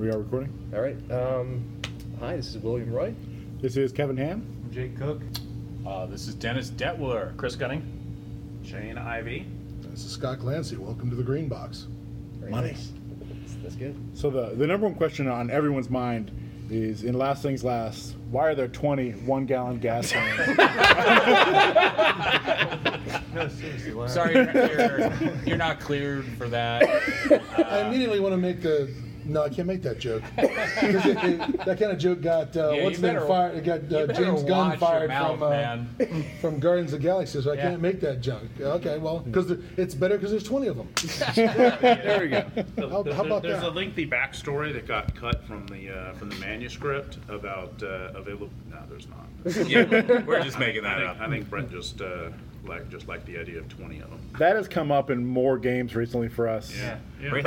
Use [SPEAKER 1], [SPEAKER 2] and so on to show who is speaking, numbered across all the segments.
[SPEAKER 1] We are recording.
[SPEAKER 2] All right. Um, hi, this is William Roy.
[SPEAKER 1] This is Kevin Ham.
[SPEAKER 3] Jake Cook.
[SPEAKER 4] Uh, this is Dennis Detwiller.
[SPEAKER 5] Chris Gunning.
[SPEAKER 3] Shane Ivy.
[SPEAKER 6] This is Scott Clancy. Welcome to the Green Box.
[SPEAKER 2] Very
[SPEAKER 1] Money.
[SPEAKER 2] nice. That's, that's good.
[SPEAKER 1] So the the number one question on everyone's mind is in last things last, why are there 20 one gallon gas cans?
[SPEAKER 3] No, seriously, why-
[SPEAKER 4] Sorry, you're, you're, you're not cleared for that.
[SPEAKER 6] I immediately want to make the. No, I can't make that joke. 'Cause it- it- that kind of joke got uh,
[SPEAKER 4] Yeah,
[SPEAKER 6] what's
[SPEAKER 4] you
[SPEAKER 6] been
[SPEAKER 4] better-
[SPEAKER 6] fired. It
[SPEAKER 4] you
[SPEAKER 6] got uh,
[SPEAKER 4] better
[SPEAKER 6] James Gunn
[SPEAKER 4] watch your
[SPEAKER 6] fired
[SPEAKER 4] mouth,
[SPEAKER 6] from uh,
[SPEAKER 4] man.
[SPEAKER 6] from Guardians of the Galaxy, so I can't make that joke. Okay, well, because it's better because there's 20 of them.
[SPEAKER 1] there we go.
[SPEAKER 6] How, how about
[SPEAKER 7] There's a
[SPEAKER 6] that?
[SPEAKER 7] lengthy backstory that got cut from the, uh, from the manuscript about, uh, available, no, there's not.
[SPEAKER 4] We're just making
[SPEAKER 7] I
[SPEAKER 4] that
[SPEAKER 7] think,
[SPEAKER 4] up.
[SPEAKER 7] I think Brent just, uh, like, just like the idea of twenty of them.
[SPEAKER 1] That has come up in more games recently for us.
[SPEAKER 4] Really?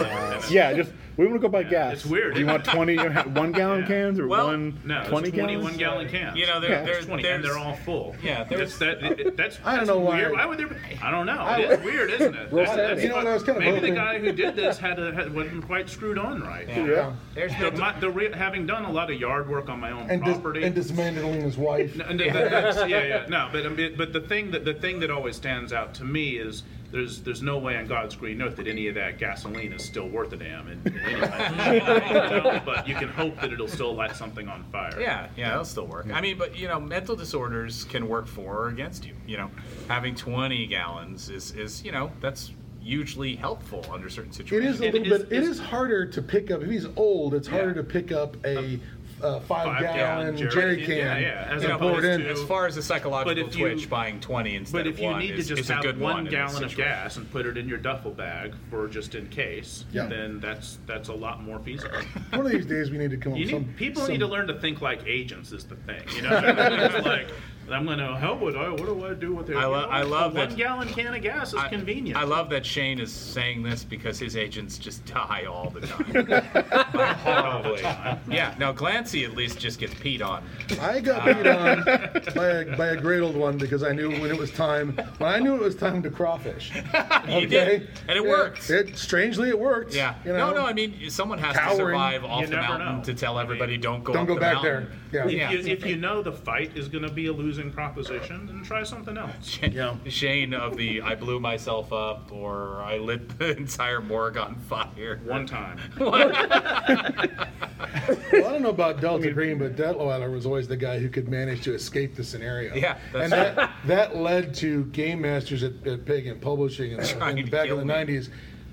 [SPEAKER 1] Yeah, just we want to go by gas.
[SPEAKER 7] it's weird.
[SPEAKER 1] Do you want 20 you want one gallon
[SPEAKER 7] Yeah.
[SPEAKER 1] cans or
[SPEAKER 4] Well,
[SPEAKER 1] one
[SPEAKER 7] No, it's
[SPEAKER 1] 20 gallons?
[SPEAKER 7] twenty-one gallon cans.
[SPEAKER 4] You know, there,
[SPEAKER 1] Yeah.
[SPEAKER 4] there's
[SPEAKER 7] There's twenty, and they're all full.
[SPEAKER 4] Yeah,
[SPEAKER 7] That's,
[SPEAKER 4] there's-
[SPEAKER 7] that, it- it- that's.
[SPEAKER 6] I don't
[SPEAKER 7] that's
[SPEAKER 6] know why-
[SPEAKER 7] weird. Why would there be, I don't know. It is weird, isn't it? That's-
[SPEAKER 6] seventy.
[SPEAKER 7] that's-
[SPEAKER 6] You know what, I was kinda
[SPEAKER 7] Maybe
[SPEAKER 6] hoping-
[SPEAKER 7] the guy who did this had, a- had, wasn't quite screwed on right.
[SPEAKER 1] Yeah.
[SPEAKER 4] There's
[SPEAKER 7] The,
[SPEAKER 4] no
[SPEAKER 7] my, the re, having done a lot of yard work on my own
[SPEAKER 6] And, dis-
[SPEAKER 7] property.
[SPEAKER 6] and dismantling his wife.
[SPEAKER 7] No, no, that- that's- yeah, yeah. No, but I mean, but the thing that the thing that always stands out to me is there's there's no way on God's green earth that any of that gasoline is still worth a damn. And, and anyway, but you can hope that it'll still light something on fire.
[SPEAKER 4] Yeah, yeah, that'll still work. I mean, but you know, mental disorders can work for or against you. You know, having 20 gallons is is you know that's hugely helpful under certain
[SPEAKER 6] It
[SPEAKER 4] situations.
[SPEAKER 6] is a little
[SPEAKER 7] is-
[SPEAKER 6] bit. It
[SPEAKER 7] is-
[SPEAKER 6] is harder to pick up. If he's old, it's harder
[SPEAKER 4] Yeah.
[SPEAKER 6] to pick up a uh, five-gallon
[SPEAKER 7] Five-gallon
[SPEAKER 6] jerry,
[SPEAKER 7] jerry
[SPEAKER 6] can
[SPEAKER 7] can, yeah, yeah, as
[SPEAKER 6] and
[SPEAKER 4] You know,
[SPEAKER 6] pour
[SPEAKER 4] but
[SPEAKER 6] it
[SPEAKER 4] as,
[SPEAKER 6] in.
[SPEAKER 7] to-
[SPEAKER 4] as far as the
[SPEAKER 7] But
[SPEAKER 4] psychological
[SPEAKER 7] if you-
[SPEAKER 4] twitch, buying 20 instead
[SPEAKER 7] But
[SPEAKER 4] of
[SPEAKER 7] if you
[SPEAKER 4] one
[SPEAKER 7] need to
[SPEAKER 4] is,
[SPEAKER 7] just
[SPEAKER 4] is a
[SPEAKER 7] have
[SPEAKER 4] good
[SPEAKER 7] one
[SPEAKER 4] in this
[SPEAKER 7] gallon of
[SPEAKER 4] situation.
[SPEAKER 7] gas and put it in your duffel bag for just in case,
[SPEAKER 6] Yeah.
[SPEAKER 7] then that's that's a lot more feasible.
[SPEAKER 6] One of these days, we need to come up
[SPEAKER 7] You
[SPEAKER 6] with
[SPEAKER 7] need,
[SPEAKER 6] some.
[SPEAKER 7] people
[SPEAKER 6] some-
[SPEAKER 7] need to learn to think like agents is the thing. You know, it's like I'm gonna how would I? What do I do with it?
[SPEAKER 4] I
[SPEAKER 7] You
[SPEAKER 4] lo-
[SPEAKER 7] know,
[SPEAKER 4] I love
[SPEAKER 7] a one
[SPEAKER 4] that-
[SPEAKER 7] gallon can of gas is
[SPEAKER 4] I-
[SPEAKER 7] convenient.
[SPEAKER 4] I love that Shane is saying this because his agents just die all the time. Like, horribly. Yeah, now Glancy at least just gets peed on.
[SPEAKER 6] I got beat on by a, by a great old one because I knew when it was time. When I knew it was time to crawfish.
[SPEAKER 4] He did, and it
[SPEAKER 6] Yeah,
[SPEAKER 4] worked.
[SPEAKER 6] It strangely it worked.
[SPEAKER 4] Yeah.
[SPEAKER 6] You know?
[SPEAKER 4] no, no, I mean, someone has to
[SPEAKER 6] Cowering.
[SPEAKER 4] survive off
[SPEAKER 7] You
[SPEAKER 4] the
[SPEAKER 7] never
[SPEAKER 4] mountain
[SPEAKER 7] know.
[SPEAKER 4] to tell everybody don't go
[SPEAKER 6] Don't
[SPEAKER 4] up
[SPEAKER 6] go
[SPEAKER 4] the
[SPEAKER 6] back
[SPEAKER 4] mountain.
[SPEAKER 6] there.
[SPEAKER 7] if,
[SPEAKER 6] Yeah.
[SPEAKER 7] you, if you know the fight is going to be a losing proposition, then try something else.
[SPEAKER 6] Yeah.
[SPEAKER 4] Shane of the I blew myself up or I lit the entire morgue on fire.
[SPEAKER 7] One time.
[SPEAKER 6] Well, I don't know about Delta Green, but Detweiler was always the guy who could manage to escape the scenario.
[SPEAKER 4] Yeah, that's
[SPEAKER 6] and that, that led to game masters at, at Pagan Publishing in, the-
[SPEAKER 4] Trying
[SPEAKER 6] in
[SPEAKER 4] to
[SPEAKER 6] back in
[SPEAKER 4] kill
[SPEAKER 6] the
[SPEAKER 4] me.
[SPEAKER 6] '90s.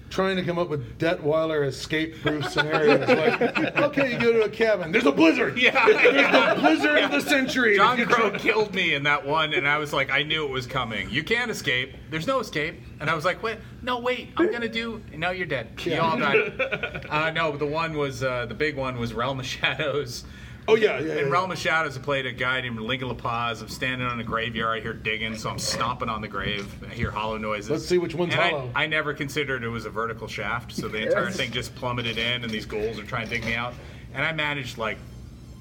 [SPEAKER 6] Trying to come up with Detweiler escape-proof scenarios. like, okay, you go to a cabin. There's a blizzard.
[SPEAKER 4] Yeah,
[SPEAKER 6] There's the blizzard of the century.
[SPEAKER 4] John Crow killed me in that one, and I was like, I knew it was coming. You can't escape. There's no escape. And I was like, wait, no, wait, I'm gonna do. No, you're dead. You all died. Uh, no, but the one was uh, the big one was Realm of Shadows.
[SPEAKER 6] Oh yeah, yeah. yeah.
[SPEAKER 4] In Realm of Shadows, I played a guy named Lincoln LaPaz. I'm standing on a graveyard. I hear digging, so I'm stomping on the grave. I hear hollow noises.
[SPEAKER 6] Let's see which one's
[SPEAKER 4] And I-
[SPEAKER 6] hollow.
[SPEAKER 4] I, never considered it was a vertical shaft, so the entire
[SPEAKER 6] Yes.
[SPEAKER 4] thing just plummeted in, and these ghouls are trying to dig me out. And I managed like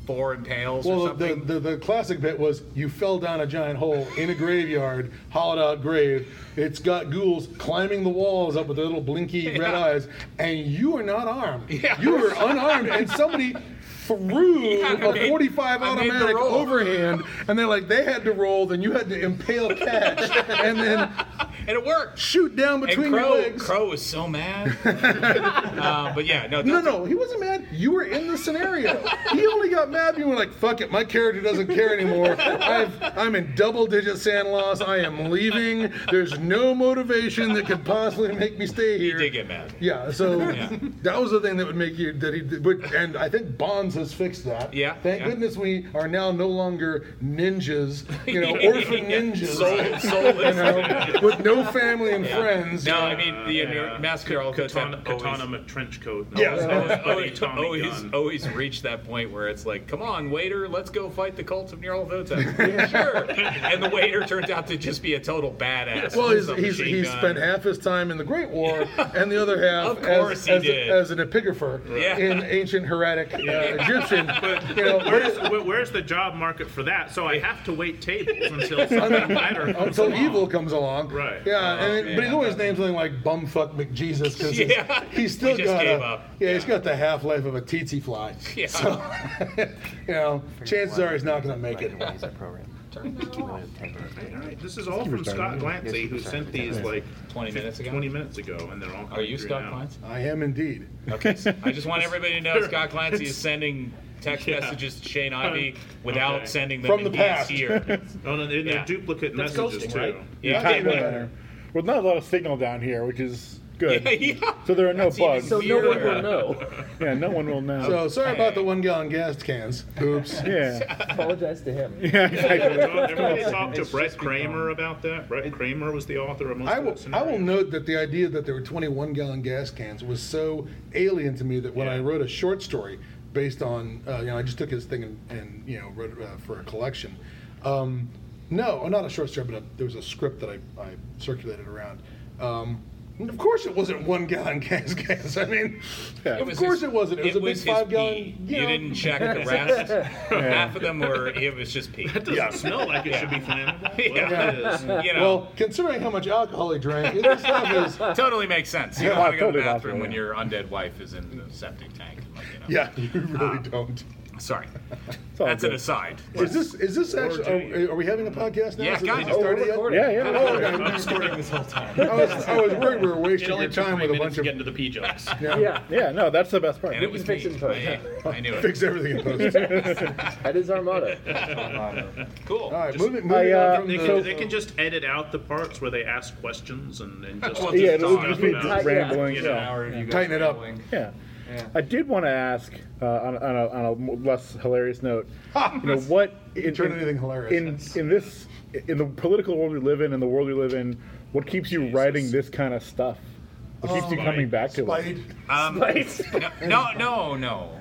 [SPEAKER 4] four impales or
[SPEAKER 6] Well, the,
[SPEAKER 4] something.
[SPEAKER 6] the, the classic bit was you fell down a giant hole in a graveyard, hollowed out grave. It's got ghouls climbing the walls up with their little blinky red
[SPEAKER 4] Yeah.
[SPEAKER 6] eyes, and you are not armed.
[SPEAKER 4] Yeah.
[SPEAKER 6] You are unarmed, and somebody threw
[SPEAKER 4] Yeah, I
[SPEAKER 6] a
[SPEAKER 4] made-
[SPEAKER 6] 45
[SPEAKER 4] I made the
[SPEAKER 6] automatic
[SPEAKER 4] roll.
[SPEAKER 6] overhand, and they're like, they had to roll, then you had to impale catch, and then
[SPEAKER 4] and it worked.
[SPEAKER 6] shoot down
[SPEAKER 4] and
[SPEAKER 6] between
[SPEAKER 4] Crow,
[SPEAKER 6] your legs.
[SPEAKER 4] Crow was so mad. uh, but yeah, no,
[SPEAKER 6] No,
[SPEAKER 4] Delta-
[SPEAKER 6] no, he wasn't mad. You were in the scenario. he only got mad when you were like, fuck it, my character doesn't care anymore. I've, I'm in double digit sand loss. I am leaving. There's no motivation that could possibly make me stay
[SPEAKER 4] He
[SPEAKER 6] here.
[SPEAKER 4] did get mad.
[SPEAKER 6] Yeah, so
[SPEAKER 4] Yeah.
[SPEAKER 6] that was the thing that would make you that he did. But, and I think Bonds has fixed that.
[SPEAKER 4] Yeah,
[SPEAKER 6] Thank
[SPEAKER 4] yeah.
[SPEAKER 6] goodness we are now no longer ninjas, you know, orphan ninjas.
[SPEAKER 4] Soul, soulless.
[SPEAKER 6] you know, with no family and friends.
[SPEAKER 4] No, I mean the yeah. Massacre all goes
[SPEAKER 7] Katana,
[SPEAKER 4] always-
[SPEAKER 7] katana with trench coat. and
[SPEAKER 6] Yeah.
[SPEAKER 7] all that.
[SPEAKER 6] Always-
[SPEAKER 7] His buddy
[SPEAKER 4] always,
[SPEAKER 7] Tommy
[SPEAKER 4] always,
[SPEAKER 7] Gunn.
[SPEAKER 4] always reach that point where it's like, come on, waiter, let's go fight the cults of Neural Votex. sure. And the waiter turns out to just be a total badass.
[SPEAKER 6] Well,
[SPEAKER 4] with
[SPEAKER 6] he's,
[SPEAKER 4] a
[SPEAKER 6] he's,
[SPEAKER 4] machine
[SPEAKER 6] he
[SPEAKER 4] gun.
[SPEAKER 6] spent half his time in the Great War and the other half
[SPEAKER 4] Of course
[SPEAKER 6] as,
[SPEAKER 4] he
[SPEAKER 6] as,
[SPEAKER 4] did.
[SPEAKER 6] as an epigrapher
[SPEAKER 4] Yeah.
[SPEAKER 6] in ancient heretic uh, Egyptian.
[SPEAKER 7] But
[SPEAKER 6] you know, but
[SPEAKER 7] where's, where- where's the job market for that? So I have to wait tables until something better. comes
[SPEAKER 6] until
[SPEAKER 7] along.
[SPEAKER 6] evil comes along.
[SPEAKER 7] Right.
[SPEAKER 6] Yeah,
[SPEAKER 4] Oh,
[SPEAKER 6] and it, but he's
[SPEAKER 4] man.
[SPEAKER 6] always named something like Bumfuck McJesus because
[SPEAKER 4] Yeah.
[SPEAKER 6] he's still
[SPEAKER 4] We just
[SPEAKER 6] got
[SPEAKER 4] gave
[SPEAKER 6] a,
[SPEAKER 4] up.
[SPEAKER 6] Yeah, he's got the half life of a tsetse fly.
[SPEAKER 4] Yeah.
[SPEAKER 6] So, you know, chances are he's not going to make it.
[SPEAKER 7] All right, this is all from Scott Glancy, who sent these like
[SPEAKER 4] 20 minutes ago?
[SPEAKER 7] 20 minutes ago, and they're all.
[SPEAKER 4] Are
[SPEAKER 7] coming
[SPEAKER 4] you
[SPEAKER 7] through
[SPEAKER 4] Scott
[SPEAKER 7] now.
[SPEAKER 4] Clancy?
[SPEAKER 6] I am indeed.
[SPEAKER 4] Okay. so I just want everybody to know Scott Clancy is sending text
[SPEAKER 7] Yeah.
[SPEAKER 4] messages to Shane Ivy without
[SPEAKER 7] Okay.
[SPEAKER 4] sending them
[SPEAKER 6] From
[SPEAKER 4] in
[SPEAKER 6] the
[SPEAKER 4] he is
[SPEAKER 6] past.
[SPEAKER 4] here.
[SPEAKER 7] Oh no, they're, they're
[SPEAKER 4] Yeah.
[SPEAKER 7] duplicate messages
[SPEAKER 2] ghosting,
[SPEAKER 7] too.
[SPEAKER 2] right?
[SPEAKER 4] Yeah.
[SPEAKER 1] Tight winner. Well, not a lot of signal down here, which is good.
[SPEAKER 4] Yeah, yeah.
[SPEAKER 1] So there are no
[SPEAKER 4] That's even
[SPEAKER 1] bugs.
[SPEAKER 2] So no one
[SPEAKER 4] Weirder.
[SPEAKER 2] will know.
[SPEAKER 1] yeah, no one will know.
[SPEAKER 4] Oh,
[SPEAKER 6] So sorry about the one gallon gas cans. Oops.
[SPEAKER 1] yeah.
[SPEAKER 2] Apologize to him.
[SPEAKER 1] yeah, exactly.
[SPEAKER 7] Everybody talked to Brett Kramer about that. Brett Kramer was the author of most
[SPEAKER 6] I
[SPEAKER 7] of
[SPEAKER 6] will,
[SPEAKER 7] that
[SPEAKER 6] I
[SPEAKER 7] scenario.
[SPEAKER 6] will note that the idea that there were 21 gallon gas cans was so alien to me that when I
[SPEAKER 7] Yeah.
[SPEAKER 6] wrote a short story based on, uh, you know, I just took his thing and, and you know, wrote it uh, for a collection. Um, no, not a short story, but a, there was a script that I, I circulated around. Um, and of course, it wasn't one gallon gas cans. I mean,
[SPEAKER 1] It
[SPEAKER 6] of
[SPEAKER 4] was
[SPEAKER 6] course
[SPEAKER 4] his-
[SPEAKER 6] it wasn't. It, was a big
[SPEAKER 4] his
[SPEAKER 6] five
[SPEAKER 4] pee.
[SPEAKER 6] gallon.
[SPEAKER 4] You didn't check the rest. Half of them were. It was just pee.
[SPEAKER 7] That doesn't smell like it should be flammable.
[SPEAKER 4] Yeah.
[SPEAKER 7] Well, it is.
[SPEAKER 4] You know,
[SPEAKER 6] Well, considering how much alcohol he drank, this stuff is.
[SPEAKER 4] totally makes sense. You don't
[SPEAKER 1] Yeah,
[SPEAKER 4] want to go to the
[SPEAKER 1] totally not
[SPEAKER 4] bathroom
[SPEAKER 1] really.
[SPEAKER 4] when your undead wife is in the septic tank. Like, you know.
[SPEAKER 6] Yeah, you really don't.
[SPEAKER 4] Sorry.
[SPEAKER 1] all
[SPEAKER 4] That's an
[SPEAKER 1] good.
[SPEAKER 4] aside.
[SPEAKER 6] Is this is this actually? Are, are we having a podcast now?
[SPEAKER 4] Yeah,
[SPEAKER 6] Is it-
[SPEAKER 4] kinda.
[SPEAKER 6] is it
[SPEAKER 4] Oh, we're
[SPEAKER 6] started yet?
[SPEAKER 2] recording.
[SPEAKER 1] Yeah, yeah.
[SPEAKER 6] Oh, okay.
[SPEAKER 3] I'm squirting this whole time.
[SPEAKER 6] I was, I was worried we were
[SPEAKER 3] It
[SPEAKER 6] wasting
[SPEAKER 3] only
[SPEAKER 6] your
[SPEAKER 3] took
[SPEAKER 6] time
[SPEAKER 3] three
[SPEAKER 6] with a
[SPEAKER 3] minutes
[SPEAKER 6] bunch
[SPEAKER 3] to
[SPEAKER 6] of
[SPEAKER 3] get into the pee jokes.
[SPEAKER 2] Yeah,
[SPEAKER 1] Yeah, no, that's the best part.
[SPEAKER 4] And it was
[SPEAKER 2] can fix
[SPEAKER 4] me.
[SPEAKER 2] it in post.
[SPEAKER 4] I, I knew it.
[SPEAKER 6] fix everything in post.
[SPEAKER 2] that is our motto.
[SPEAKER 4] Cool.
[SPEAKER 6] All right,
[SPEAKER 4] Just-
[SPEAKER 6] moving, moving
[SPEAKER 1] I, uh,
[SPEAKER 6] on from
[SPEAKER 7] They
[SPEAKER 6] the,
[SPEAKER 7] can, they can just edit out the parts where they ask questions and, and just.
[SPEAKER 4] Well,
[SPEAKER 1] yeah, it would
[SPEAKER 4] Just
[SPEAKER 1] just be
[SPEAKER 7] talk about-
[SPEAKER 1] rambling.
[SPEAKER 3] Get
[SPEAKER 1] yeah.
[SPEAKER 3] an hour of you guys
[SPEAKER 6] Tighten it up.
[SPEAKER 3] rambling.
[SPEAKER 1] Yeah. I did want to ask, uh, on, on, a, on a mo- less hilarious note, you know, what in,
[SPEAKER 6] turn anything hilarious.
[SPEAKER 1] in in this in the political world we live in, in the world we live in, what keeps you writing this kind of stuff? What keeps you coming back to it?
[SPEAKER 6] Spite,
[SPEAKER 4] Um, no, no, no, no.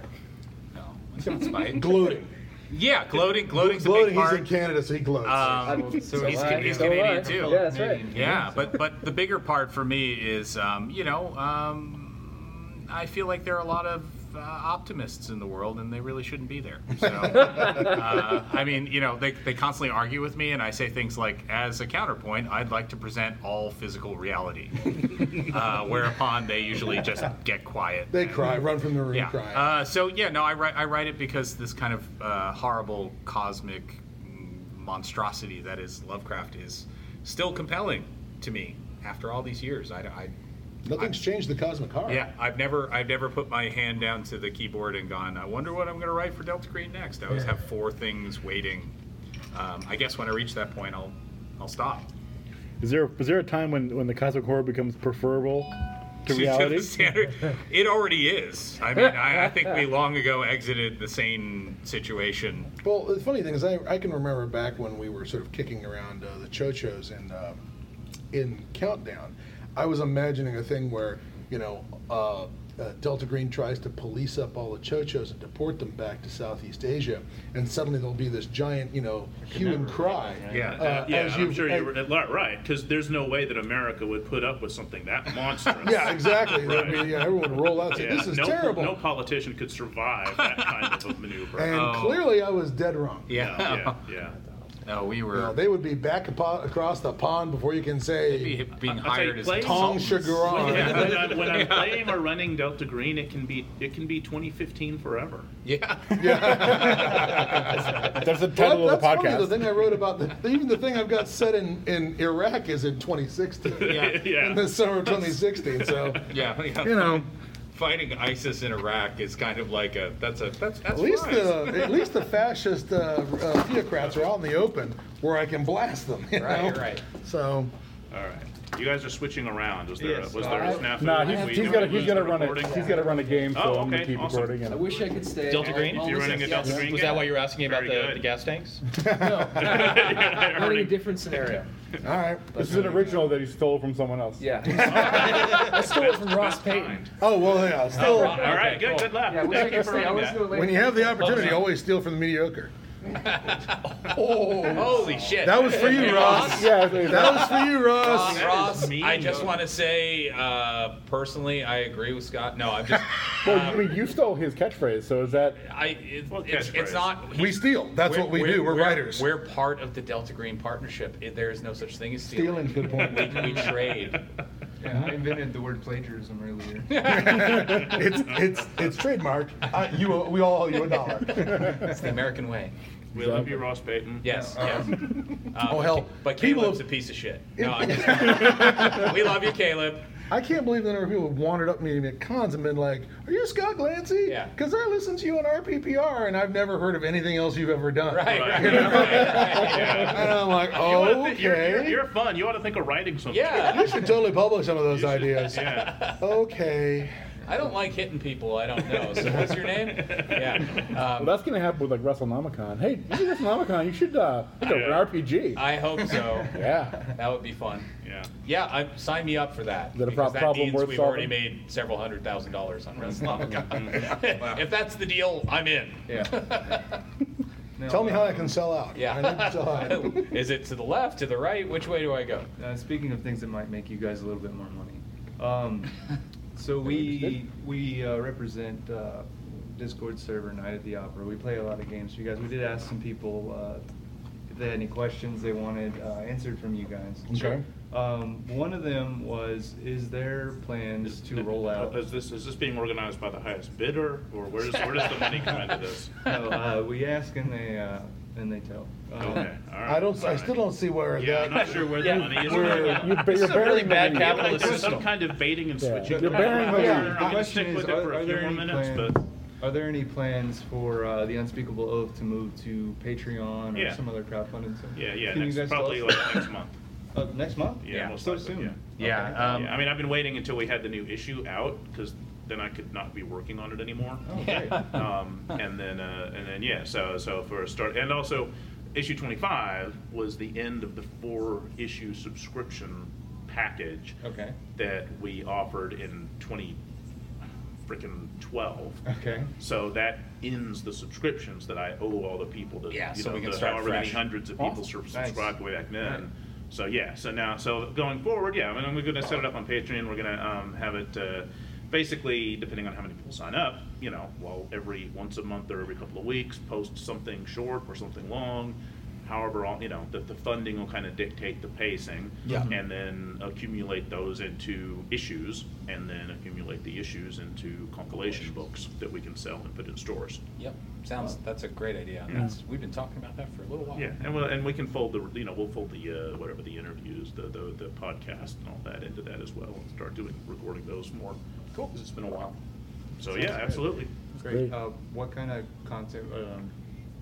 [SPEAKER 4] No, it's not spite.
[SPEAKER 6] gloating.
[SPEAKER 4] Yeah, gloating. Gloating's a big
[SPEAKER 6] Gloating. He's
[SPEAKER 4] part.
[SPEAKER 6] in Canada, so he gloats.
[SPEAKER 4] Um,
[SPEAKER 3] So
[SPEAKER 4] he's,
[SPEAKER 3] I-
[SPEAKER 4] he's
[SPEAKER 3] so
[SPEAKER 4] Canadian
[SPEAKER 2] I-
[SPEAKER 4] too.
[SPEAKER 2] Yeah, that's right.
[SPEAKER 3] Canadian.
[SPEAKER 4] Yeah, but but the bigger part for me is, um, you know, um, I feel like there are a lot of uh, optimists in the world, and they really shouldn't be there. So, uh, I mean, you know, they they constantly argue with me, and I say things like, as a counterpoint, I'd like to present all physical reality, uh, whereupon they usually just get quiet.
[SPEAKER 6] they cry, run from the room,
[SPEAKER 4] Yeah.
[SPEAKER 6] cry.
[SPEAKER 4] Uh, so yeah, no, I write I write it because this kind of uh, horrible cosmic mm, monstrosity that is Lovecraft is still compelling to me after all these years. I, I-
[SPEAKER 6] Nothing's changed the cosmic horror.
[SPEAKER 4] yeah, I've never I've never put my hand down to the keyboard and gone. I wonder what I'm going to write for Delta Green next. I always have four things waiting. Um, I guess when I reach that point, I'll I'll stop.
[SPEAKER 1] Is there is there a time when, when the cosmic horror becomes preferable to
[SPEAKER 4] the
[SPEAKER 1] reality?
[SPEAKER 4] standard. It already is. I mean, I, I think we long ago exited the sane situation.
[SPEAKER 6] Well, the funny thing is, I, I can remember back when we were sort of kicking around uh, the chochos in uh, in Countdown. I was imagining a thing where you know uh, uh, Delta Green tries to police up all the chochos and deport them back to Southeast Asia, and suddenly there'll be this giant you know hue and cry.
[SPEAKER 4] Yeah.
[SPEAKER 6] uh,
[SPEAKER 7] yeah,
[SPEAKER 6] as
[SPEAKER 7] I'm
[SPEAKER 6] you-
[SPEAKER 7] sure
[SPEAKER 6] as-
[SPEAKER 7] you're right, right? Because there's no way that America would put up with something that monstrous.
[SPEAKER 6] Yeah, exactly. There'd
[SPEAKER 7] Right.
[SPEAKER 6] Be, yeah, everyone would roll out. and Say,
[SPEAKER 7] Yeah,
[SPEAKER 6] This is
[SPEAKER 7] no,
[SPEAKER 6] terrible.
[SPEAKER 7] No politician could survive that kind of a maneuver.
[SPEAKER 6] and
[SPEAKER 4] Oh.
[SPEAKER 6] clearly, I was dead wrong.
[SPEAKER 7] yeah, yeah, yeah.
[SPEAKER 4] No, we were.
[SPEAKER 6] Uh, they would be back apo- across the pond before you can
[SPEAKER 4] be-
[SPEAKER 6] say
[SPEAKER 4] being
[SPEAKER 7] I'll tell you,
[SPEAKER 4] hired as
[SPEAKER 7] play-
[SPEAKER 6] Tong
[SPEAKER 4] consultants.
[SPEAKER 6] Sugaran.
[SPEAKER 7] Yeah, when I'm, when I'm playing or running Delta Green, it can be it can be 2015 forever.
[SPEAKER 4] Yeah.
[SPEAKER 1] That's the
[SPEAKER 6] Well,
[SPEAKER 1] title of the
[SPEAKER 6] that's funny,
[SPEAKER 1] podcast.
[SPEAKER 6] the thing I wrote about the, even the thing I've got set in, in Iraq is in 2016.
[SPEAKER 4] Yeah.
[SPEAKER 7] yeah.
[SPEAKER 6] In the summer of 2016. So
[SPEAKER 4] Yeah, yeah.
[SPEAKER 6] you know,
[SPEAKER 4] fighting ISIS in Iraq is kind of like a that's a that's that's
[SPEAKER 6] at least
[SPEAKER 4] fine.
[SPEAKER 6] the at least the fascist uh, uh, theocrats are out in the open where I can blast them. You
[SPEAKER 4] Right,
[SPEAKER 6] know?
[SPEAKER 4] right.
[SPEAKER 6] So
[SPEAKER 7] All right. You guys are switching around. Was there a,
[SPEAKER 3] Yes.
[SPEAKER 7] was there a
[SPEAKER 6] Uh,
[SPEAKER 7] snap?
[SPEAKER 1] Nah,
[SPEAKER 7] in
[SPEAKER 1] he's,
[SPEAKER 7] between?
[SPEAKER 1] he's got to he's
[SPEAKER 7] Was
[SPEAKER 1] got to
[SPEAKER 7] there
[SPEAKER 1] run
[SPEAKER 7] recording?
[SPEAKER 1] it. He's got to run a game, so
[SPEAKER 7] Oh,
[SPEAKER 1] I'm gonna
[SPEAKER 7] okay,
[SPEAKER 1] keep
[SPEAKER 7] awesome.
[SPEAKER 1] recording.
[SPEAKER 5] I
[SPEAKER 1] And
[SPEAKER 5] wish I could stay.
[SPEAKER 3] Delta Green?
[SPEAKER 5] all
[SPEAKER 3] If
[SPEAKER 7] you're
[SPEAKER 5] this
[SPEAKER 7] running a
[SPEAKER 5] is-
[SPEAKER 7] Delta Green
[SPEAKER 3] Was
[SPEAKER 7] game?
[SPEAKER 3] that why you were asking about
[SPEAKER 7] Very
[SPEAKER 3] the,
[SPEAKER 7] good.
[SPEAKER 3] the gas tanks?
[SPEAKER 5] Running a different scenario.
[SPEAKER 6] all right.
[SPEAKER 1] this is an original that he stole from someone else.
[SPEAKER 5] Yeah. I stole it from Ross Payton.
[SPEAKER 6] Oh well, yeah. Still,
[SPEAKER 7] All right.
[SPEAKER 3] Okay,
[SPEAKER 7] Good.
[SPEAKER 3] cool.
[SPEAKER 7] Good luck.
[SPEAKER 5] Yeah, I wish I
[SPEAKER 7] Thank you
[SPEAKER 5] could
[SPEAKER 7] for
[SPEAKER 5] stay. I
[SPEAKER 7] running
[SPEAKER 5] was
[SPEAKER 7] that.
[SPEAKER 5] gonna
[SPEAKER 6] when
[SPEAKER 5] lay-
[SPEAKER 6] you have the opportunity, always steal from the mediocre.
[SPEAKER 4] Holy shit.
[SPEAKER 6] That was for you, Ross.
[SPEAKER 1] Yeah, I think
[SPEAKER 6] That was for you,
[SPEAKER 4] Ross,
[SPEAKER 6] Ross.
[SPEAKER 4] Uh, Ross,
[SPEAKER 3] mean,
[SPEAKER 4] I just
[SPEAKER 3] though.
[SPEAKER 4] want to say, uh, personally, I agree with Scott. No, I'm just,
[SPEAKER 1] Well, I mean, you stole his catchphrase, so is that?
[SPEAKER 4] I, it,
[SPEAKER 7] Well,
[SPEAKER 4] it's, it's
[SPEAKER 7] catchphrase.
[SPEAKER 4] not.
[SPEAKER 6] We steal. That's
[SPEAKER 4] we're-
[SPEAKER 6] what we do. We're writers.
[SPEAKER 4] We're part of the Delta Green Partnership. It- there is no such thing as
[SPEAKER 1] Stealing, good
[SPEAKER 4] stealing.
[SPEAKER 1] point.
[SPEAKER 4] we, we trade.
[SPEAKER 3] Yeah, I invented the word plagiarism earlier.
[SPEAKER 8] it's it's it's trademarked. I, Uh, you owe- we all owe you a dollar.
[SPEAKER 4] It's the American way.
[SPEAKER 7] We love you, Ross Payton.
[SPEAKER 4] Yes, yes. Uh,
[SPEAKER 6] Oh, hell.
[SPEAKER 4] But
[SPEAKER 6] People-
[SPEAKER 4] Caleb's a piece of shit. No, I'm just, we love you, Caleb.
[SPEAKER 6] I can't believe the number of people who wandered up to me at cons and been like, "Are you Scott Glancy?"
[SPEAKER 4] Yeah.
[SPEAKER 6] Because I listen to you on RPPR, and I've never heard of anything else you've ever done.
[SPEAKER 4] Right, right,
[SPEAKER 6] You know?
[SPEAKER 4] right, right.
[SPEAKER 6] And I'm like,
[SPEAKER 7] You oughta
[SPEAKER 6] oh,
[SPEAKER 7] thi- you're, you're,
[SPEAKER 6] okay.
[SPEAKER 7] you're fun. You ought to think of writing something.
[SPEAKER 4] Yeah.
[SPEAKER 6] You should totally publish some of those ideas.
[SPEAKER 7] Yeah.
[SPEAKER 6] Okay.
[SPEAKER 4] I don't like hitting people I don't know. So what's your name? Yeah.
[SPEAKER 1] Well,
[SPEAKER 4] Um,
[SPEAKER 1] that's gonna happen with like Russell Nomicon. Hey, you did Nomicon. You should uh, think of an RPG.
[SPEAKER 4] I hope so.
[SPEAKER 1] yeah.
[SPEAKER 4] That would be fun.
[SPEAKER 7] Yeah.
[SPEAKER 4] Yeah, I, sign me up for that.
[SPEAKER 1] Is that a
[SPEAKER 4] because
[SPEAKER 1] prob- problem
[SPEAKER 4] means
[SPEAKER 1] worth
[SPEAKER 4] we've already
[SPEAKER 1] solving?
[SPEAKER 4] made several hundred thousand dollars on WrestleMania. If that's the deal, I'm in.
[SPEAKER 3] Yeah. No,
[SPEAKER 8] Tell me how
[SPEAKER 3] uh,
[SPEAKER 8] I can sell out. I need to sell
[SPEAKER 4] Yeah.
[SPEAKER 8] out.
[SPEAKER 4] Is it to the left, to the right? Which way do I go?
[SPEAKER 3] Uh, speaking of things that might make you guys a little bit more money, um, so we we uh, represent uh, Discord server Night at the Opera. We play a lot of games for you guys. We did ask some people uh, if they had any questions they wanted uh, answered from you guys.
[SPEAKER 6] Okay.
[SPEAKER 3] Um, one of them was, is there plans to roll out?
[SPEAKER 7] Is this is this being organized by the highest bidder, or where does where does the money come into this?
[SPEAKER 3] No, uh, we ask and they uh, and they tell. Um,
[SPEAKER 7] Okay. All right.
[SPEAKER 8] I don't. I
[SPEAKER 7] all
[SPEAKER 8] still
[SPEAKER 7] right.
[SPEAKER 8] don't see where
[SPEAKER 7] Yeah, I'm
[SPEAKER 8] that.
[SPEAKER 7] not sure where
[SPEAKER 2] Yeah.
[SPEAKER 7] the money is.
[SPEAKER 1] You're,
[SPEAKER 7] Yeah.
[SPEAKER 1] you're,
[SPEAKER 2] This is a really
[SPEAKER 1] burying
[SPEAKER 2] bad
[SPEAKER 1] the-
[SPEAKER 7] I think
[SPEAKER 2] capitalist
[SPEAKER 7] there's
[SPEAKER 2] system.
[SPEAKER 7] some kind of baiting and
[SPEAKER 1] Yeah.
[SPEAKER 7] switching.
[SPEAKER 1] You're burying the-
[SPEAKER 7] I'm
[SPEAKER 1] The
[SPEAKER 7] gonna
[SPEAKER 3] question
[SPEAKER 7] stick
[SPEAKER 3] is,
[SPEAKER 7] with it
[SPEAKER 3] are,
[SPEAKER 7] for
[SPEAKER 3] are
[SPEAKER 7] a few
[SPEAKER 3] there
[SPEAKER 7] more
[SPEAKER 3] any
[SPEAKER 7] minutes,
[SPEAKER 3] plans?
[SPEAKER 7] but
[SPEAKER 3] Are there any plans for uh, the Unspeakable Oath to move to Patreon or
[SPEAKER 7] Yeah.
[SPEAKER 3] some other crowdfunding? Thing?
[SPEAKER 7] yeah, yeah,
[SPEAKER 3] Can you
[SPEAKER 7] next,
[SPEAKER 3] guys tell
[SPEAKER 7] probably
[SPEAKER 3] us?
[SPEAKER 7] like next month.
[SPEAKER 3] Uh, next month?
[SPEAKER 7] Yeah, most
[SPEAKER 3] so
[SPEAKER 7] likely,
[SPEAKER 3] soon.
[SPEAKER 7] yeah.
[SPEAKER 4] Yeah,
[SPEAKER 3] Okay.
[SPEAKER 4] um,
[SPEAKER 7] yeah, I mean, I've been waiting until we had the new issue out because then I could not be working on it anymore.
[SPEAKER 3] Oh, great.
[SPEAKER 7] um, and then uh, and then yeah, so so for a start, and also issue 25 was the end of the four issue subscription package
[SPEAKER 3] Okay.
[SPEAKER 7] that we offered in 20 freaking 12.
[SPEAKER 3] Okay.
[SPEAKER 7] So that ends the subscriptions that I owe all the people that
[SPEAKER 4] Yeah,
[SPEAKER 7] you
[SPEAKER 4] so
[SPEAKER 7] know,
[SPEAKER 4] we can
[SPEAKER 7] the
[SPEAKER 4] start
[SPEAKER 7] however many
[SPEAKER 4] fresh.
[SPEAKER 7] hundreds of people
[SPEAKER 4] Awesome.
[SPEAKER 7] subscribed
[SPEAKER 3] Nice.
[SPEAKER 7] way back then.
[SPEAKER 3] Right.
[SPEAKER 7] So yeah, so now so going forward, yeah, I mean, we're going to set it up on Patreon. We're going to um, have it uh, basically depending on how many people sign up. You know, well every once a month or every couple of weeks, post something short or something long. However, all you know, the, the funding will kind of dictate the pacing,
[SPEAKER 8] Yeah.
[SPEAKER 7] and then accumulate those into issues, and then accumulate the issues into compilation books that we can sell and put in stores.
[SPEAKER 4] Yep. Sounds. That's a great idea. and That's, we've been talking about that for a little while.
[SPEAKER 7] Yeah, and we'll, and we can fold the you know we'll fold the uh, whatever the interviews, the, the the podcast and all that into that as well, and start doing recording those more. Cool, because it's been a while. So yeah,
[SPEAKER 3] good.
[SPEAKER 7] absolutely.
[SPEAKER 3] Great.
[SPEAKER 1] Great.
[SPEAKER 3] Uh, what kind of content um,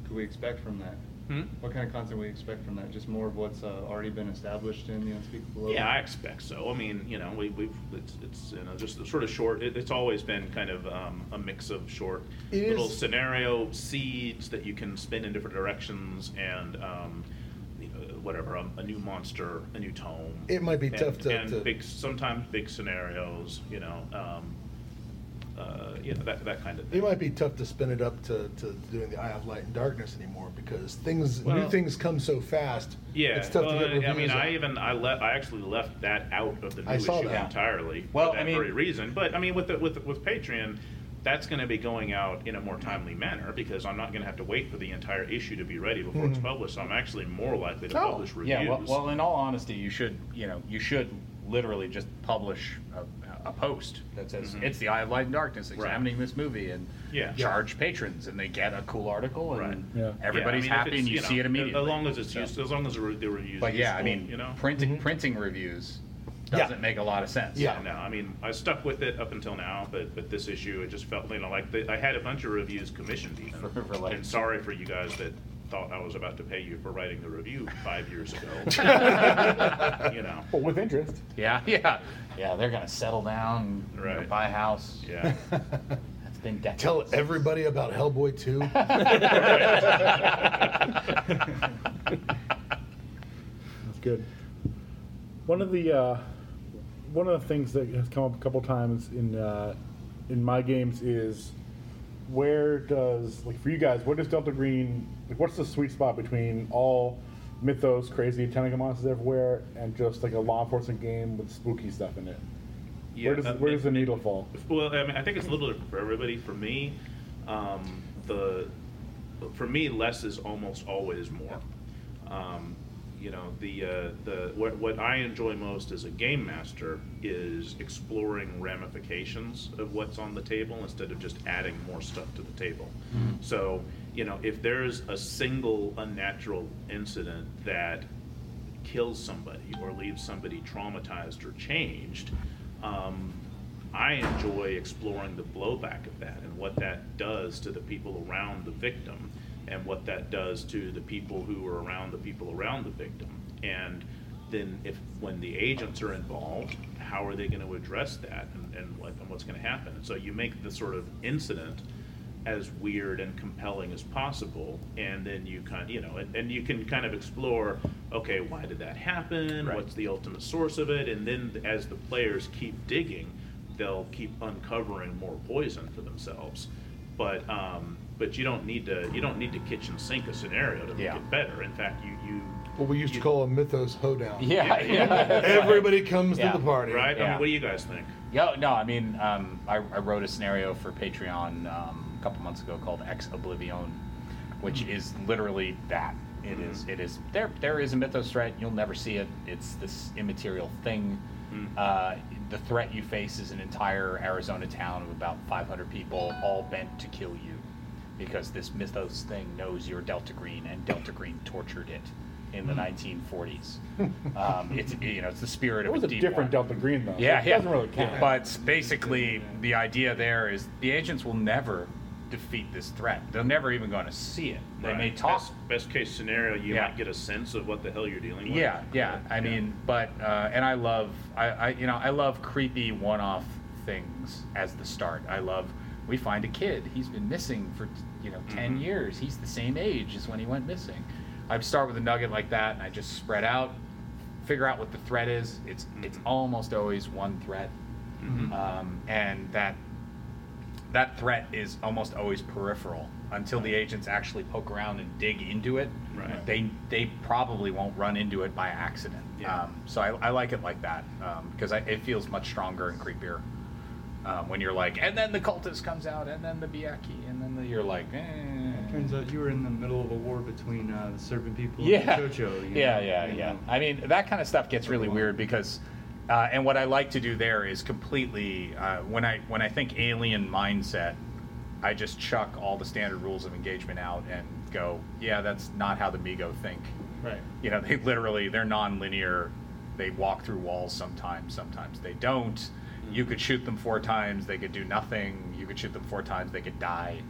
[SPEAKER 3] could we expect from that?
[SPEAKER 7] Hmm?
[SPEAKER 3] What kind of content we expect from that? Just more of what's uh, already been established in the Unspeakable. Oath?
[SPEAKER 7] Yeah, I expect so. I mean, you know, we, we've it's, it's you know just the sort of short. It, it's always been kind of um, a mix of short
[SPEAKER 8] It
[SPEAKER 7] little
[SPEAKER 8] is-
[SPEAKER 7] scenario seeds that you can spin in different directions and. Um, you know, Whatever, um, a new monster, a new tome.
[SPEAKER 8] It might be
[SPEAKER 7] and-
[SPEAKER 8] tough to-
[SPEAKER 7] and
[SPEAKER 8] to-
[SPEAKER 7] big, sometimes big scenarios. You know, um, uh, you know that that kind of.
[SPEAKER 8] It
[SPEAKER 7] thing.
[SPEAKER 8] might be tough to spin it up to, to doing the Eye of Light and Darkness anymore because things new
[SPEAKER 7] Well-
[SPEAKER 8] things come so fast.
[SPEAKER 7] Yeah,
[SPEAKER 8] it's tough
[SPEAKER 7] well,
[SPEAKER 8] to get reviews.
[SPEAKER 7] I mean, I
[SPEAKER 8] on.
[SPEAKER 7] even I left. I actually left that out of the new
[SPEAKER 8] I saw
[SPEAKER 7] issue
[SPEAKER 8] that.
[SPEAKER 7] entirely
[SPEAKER 4] Well,
[SPEAKER 7] for that
[SPEAKER 4] I mean-
[SPEAKER 7] very reason. But I mean, with the, with with Patreon, that's going to be going out in a more timely manner because I'm not going to have to wait for the entire issue to be ready before it's published. So I'm actually more likely to
[SPEAKER 8] Oh.
[SPEAKER 7] publish reviews.
[SPEAKER 4] Yeah. Well, well, in all honesty, you should. You know, you should literally just publish a, a post that says it's the Eye of Light and Darkness examining this movie and
[SPEAKER 7] Mm-hmm. Yeah.
[SPEAKER 4] charge patrons, and they get a cool article, and
[SPEAKER 7] Right.
[SPEAKER 1] Yeah.
[SPEAKER 7] Yeah, I
[SPEAKER 4] everybody's
[SPEAKER 7] mean, if
[SPEAKER 4] happy,
[SPEAKER 7] it's,
[SPEAKER 4] and you, see
[SPEAKER 7] know,
[SPEAKER 4] it immediately.
[SPEAKER 7] As long as it's
[SPEAKER 4] So-
[SPEAKER 7] used, as long as the, re- the reviews.
[SPEAKER 4] But yeah, I
[SPEAKER 7] useful,
[SPEAKER 4] mean,
[SPEAKER 7] you know,
[SPEAKER 4] printing
[SPEAKER 3] Mm-hmm.
[SPEAKER 4] printing reviews doesn't make a lot of sense.
[SPEAKER 8] Yeah.
[SPEAKER 7] No, I mean, I stuck with it up until now, but but this issue, it just felt, you know, like the, I had a bunch of reviews commissioned even.
[SPEAKER 4] For- for like-
[SPEAKER 7] and sorry for you guys that thought I was about to pay you for writing the review five years ago. you know,
[SPEAKER 1] Well, with interest.
[SPEAKER 4] Yeah, yeah, yeah. They're gonna settle down, you know,
[SPEAKER 7] Right.
[SPEAKER 4] buy a house.
[SPEAKER 7] yeah.
[SPEAKER 4] That's been decades.
[SPEAKER 8] tell everybody about Hellboy two.
[SPEAKER 1] That's good. One of the uh, one of the things that has come up a couple times in uh, in my games is where does like for you guys, what does Delta Green like what's the sweet spot between all mythos, crazy tentacle monsters everywhere, and just like a law enforcement game with spooky stuff in it?
[SPEAKER 7] Yeah,
[SPEAKER 1] where does
[SPEAKER 7] that-
[SPEAKER 1] where does the
[SPEAKER 7] it-
[SPEAKER 1] needle fall?
[SPEAKER 7] Well, I mean, I think it's a little different for everybody. For me, um, the for me, less is almost always more. Um, you know, the uh, the what what I enjoy most as a game master is exploring ramifications of what's on the table instead of just adding more stuff to the table. So, you know, if there's a single unnatural incident that kills somebody or leaves somebody traumatized or changed, um, I enjoy exploring the blowback of that and what that does to the people around the victim and what that does to the people who are around the people around the victim. And then if when the agents are involved, how are they going to address that and, and, what, and what's going to happen? And so you make the sort of incident as weird and compelling as possible and then you kind you know and, and you can kind of explore okay why did that happen what's the ultimate source of it and then as the players keep digging they'll keep uncovering more poison for themselves but um, but you don't need to you don't need to kitchen sink a scenario to make
[SPEAKER 9] Yeah.
[SPEAKER 7] it better in fact you you
[SPEAKER 6] What we used to call a mythos hoedown.
[SPEAKER 7] Yeah,
[SPEAKER 4] Yeah, yeah.
[SPEAKER 6] Everybody comes
[SPEAKER 4] Yeah.
[SPEAKER 6] to the party.
[SPEAKER 7] right I mean,
[SPEAKER 4] Yeah.
[SPEAKER 7] what do you guys think
[SPEAKER 4] Yo, no, I mean, um, I, I wrote a scenario for Patreon um, a couple months ago called Ex Oblivion, which
[SPEAKER 1] Mm-hmm.
[SPEAKER 4] is literally that. It is. It is. There. There is a mythos threat. You'll never see it. It's this immaterial thing.
[SPEAKER 1] Mm-hmm.
[SPEAKER 4] Uh, the threat you face is an entire Arizona town of about 500 people, all bent to kill you, because this mythos thing knows you're Delta Green, and Delta Green tortured it in the
[SPEAKER 1] Mm-hmm.
[SPEAKER 4] 1940s. Um, it's you know it's the spirit
[SPEAKER 1] It was
[SPEAKER 4] of
[SPEAKER 1] a
[SPEAKER 4] a deep
[SPEAKER 1] different
[SPEAKER 4] one.
[SPEAKER 1] Delta Green though.
[SPEAKER 4] Yeah,
[SPEAKER 1] it
[SPEAKER 4] yeah.
[SPEAKER 1] doesn't really count.
[SPEAKER 4] But basically, the idea there is the agents will never defeat this threat. They're never even going to see it. They may
[SPEAKER 7] Right.
[SPEAKER 4] talk.
[SPEAKER 7] best, best case scenario you
[SPEAKER 4] Yeah.
[SPEAKER 7] might get a sense of what the hell you're dealing with
[SPEAKER 4] Yeah, yeah. I mean, but uh, and I love, I, I, you know, I love creepy one-off things as the start. I love. We find a kid. He's been missing for you know 10 years. He's the same age as when he went missing. I start with a nugget like that, and I just spread out, figure out what the threat is. It's it's almost always one threat, um, and that that threat is almost always peripheral until the agents actually poke around and dig into it.
[SPEAKER 7] Right.
[SPEAKER 4] They they probably won't run into it by accident.
[SPEAKER 7] Yeah.
[SPEAKER 4] Um, so I, I like it like that because I it feels much stronger and creepier um, when you're like, and then the cultist comes out, and then the Biaki, and then the, you're like, eh.
[SPEAKER 3] Turns out you were in the middle of a war between uh, the serpent people
[SPEAKER 4] yeah.
[SPEAKER 3] and the Chocho. you know,
[SPEAKER 4] yeah, yeah,
[SPEAKER 3] you
[SPEAKER 4] yeah.
[SPEAKER 3] know.
[SPEAKER 4] I mean, that kind of stuff gets really weird because, uh, and what I like to do there is completely uh, when I when I think alien mindset, I just chuck all the standard rules of engagement out and go, yeah, that's not how the Migo think.
[SPEAKER 3] Right.
[SPEAKER 4] You know, they literally they're non-linear. They walk through walls sometimes. Sometimes they don't. You could shoot them four times. They could do nothing. You could shoot them four times. They could die.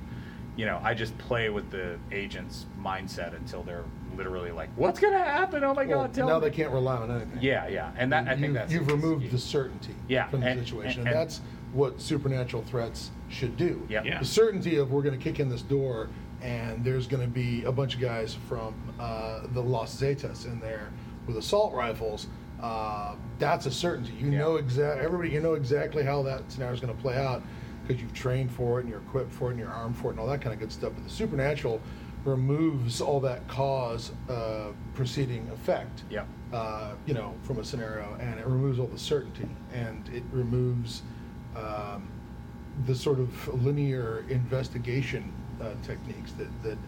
[SPEAKER 4] You know, I just play with the agent's mindset until they're literally like, "What's gonna happen? Oh my
[SPEAKER 6] Well,
[SPEAKER 4] god!" Tell
[SPEAKER 6] now
[SPEAKER 4] me."
[SPEAKER 6] they can't rely on anything.
[SPEAKER 4] Yeah, yeah, and that I think
[SPEAKER 6] You-
[SPEAKER 4] that's
[SPEAKER 6] you've removed the
[SPEAKER 4] this.
[SPEAKER 6] certainty
[SPEAKER 4] Yeah,
[SPEAKER 6] from the
[SPEAKER 4] and-
[SPEAKER 6] situation,
[SPEAKER 4] and-
[SPEAKER 6] and,
[SPEAKER 4] and-
[SPEAKER 6] that's what supernatural threats should do.
[SPEAKER 4] Yep.
[SPEAKER 7] Yeah.
[SPEAKER 6] The certainty of we're going to kick in this door, and there's going to be a bunch of guys from uh, the Los Zetas in there with assault rifles. Uh, that's a certainty. You
[SPEAKER 4] Yeah.
[SPEAKER 6] know exact. Everybody, you know exactly how that scenario is going to play out because you've trained for it and you're equipped for it and you're armed for it and all that kind of good stuff. But the supernatural removes all that cause uh, preceding effect
[SPEAKER 4] Yep.
[SPEAKER 6] uh, you know, from a scenario, and it removes all the certainty, and it removes um, the sort of linear investigation uh, techniques that that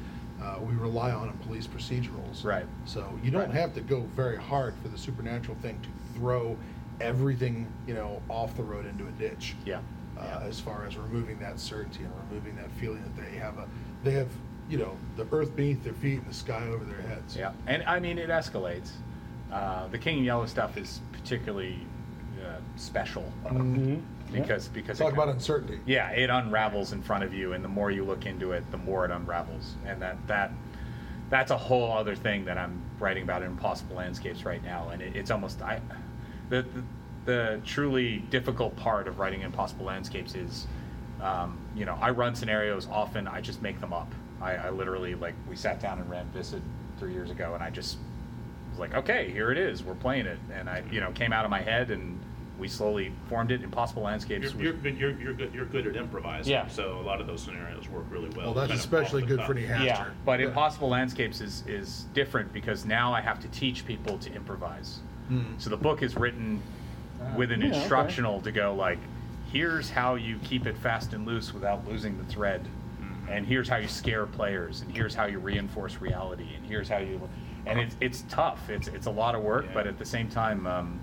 [SPEAKER 6] uh, we rely on in police procedurals.
[SPEAKER 4] Right.
[SPEAKER 6] So you don't
[SPEAKER 4] Right.
[SPEAKER 6] have to go very hard for the supernatural thing to throw everything, you know, off the road into a ditch
[SPEAKER 4] Yeah.
[SPEAKER 6] uh, as far as removing that certainty and removing that feeling that they have a they have you know the earth beneath their feet and the sky over their heads
[SPEAKER 4] Yeah, and I mean it escalates. Uh, the King of Yellow stuff is particularly uh, special
[SPEAKER 1] Mhm.
[SPEAKER 4] because because
[SPEAKER 6] talk
[SPEAKER 4] it-
[SPEAKER 6] about uncertainty
[SPEAKER 4] yeah, it unravels in front of you, and the more you look into it, the more it unravels, and that that that's a whole other thing that I'm writing about in Impossible Landscapes right now, and it, it's almost I the, the the truly difficult part of writing Impossible Landscapes is um, you know I run scenarios often, I just make them up. I, I literally like we sat down and ran Visit three years ago, and I just was like, okay, here it is, we're playing it, and I you know came out of my head and We slowly formed it. Impossible landscapes.
[SPEAKER 7] You're,
[SPEAKER 4] was-
[SPEAKER 7] you're, good- you're, you're, good, you're good at improvising.
[SPEAKER 4] Yeah.
[SPEAKER 7] So a lot of those scenarios work really well.
[SPEAKER 6] Well, that's
[SPEAKER 7] Kind of
[SPEAKER 6] especially
[SPEAKER 7] off the
[SPEAKER 6] good for
[SPEAKER 7] cuff.
[SPEAKER 6] the
[SPEAKER 4] yeah,
[SPEAKER 6] actor.
[SPEAKER 4] but Impossible Landscapes is is different because now I have to teach people to improvise. So the book is written with an
[SPEAKER 1] Yeah, okay.
[SPEAKER 4] instructional to go like, here's how you keep it fast and loose without losing the thread, and here's how you scare players, and here's how you reinforce reality, and here's how you, and it's it's tough. It's it's a lot of work,
[SPEAKER 7] Yeah.
[SPEAKER 4] but at the same time. Um,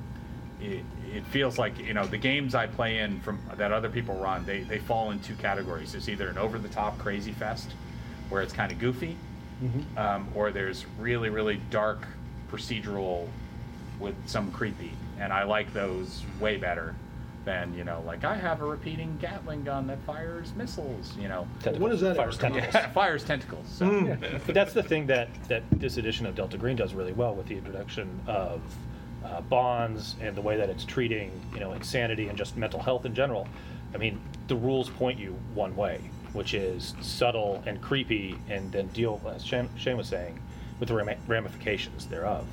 [SPEAKER 4] it, it feels like you know the games I play in from that other people run. They they fall in two categories. It's either an over the top crazy fest, where it's kind of goofy, um, or there's really really dark procedural with some creepy, and I like those way better than you know like I have a repeating Gatling gun that fires missiles. You know,
[SPEAKER 10] What is that?
[SPEAKER 5] Fires
[SPEAKER 10] ever come up?
[SPEAKER 5] tentacles.
[SPEAKER 4] fires tentacles. So.
[SPEAKER 5] But that's the thing that, that this edition of Delta Green does really well with the introduction of uh, bonds and the way that it's treating, you know, insanity and just mental health in general. I mean, the rules point you one way, which is subtle and creepy, and then deal, as Shane, Shane was saying, with the ram- ramifications thereof.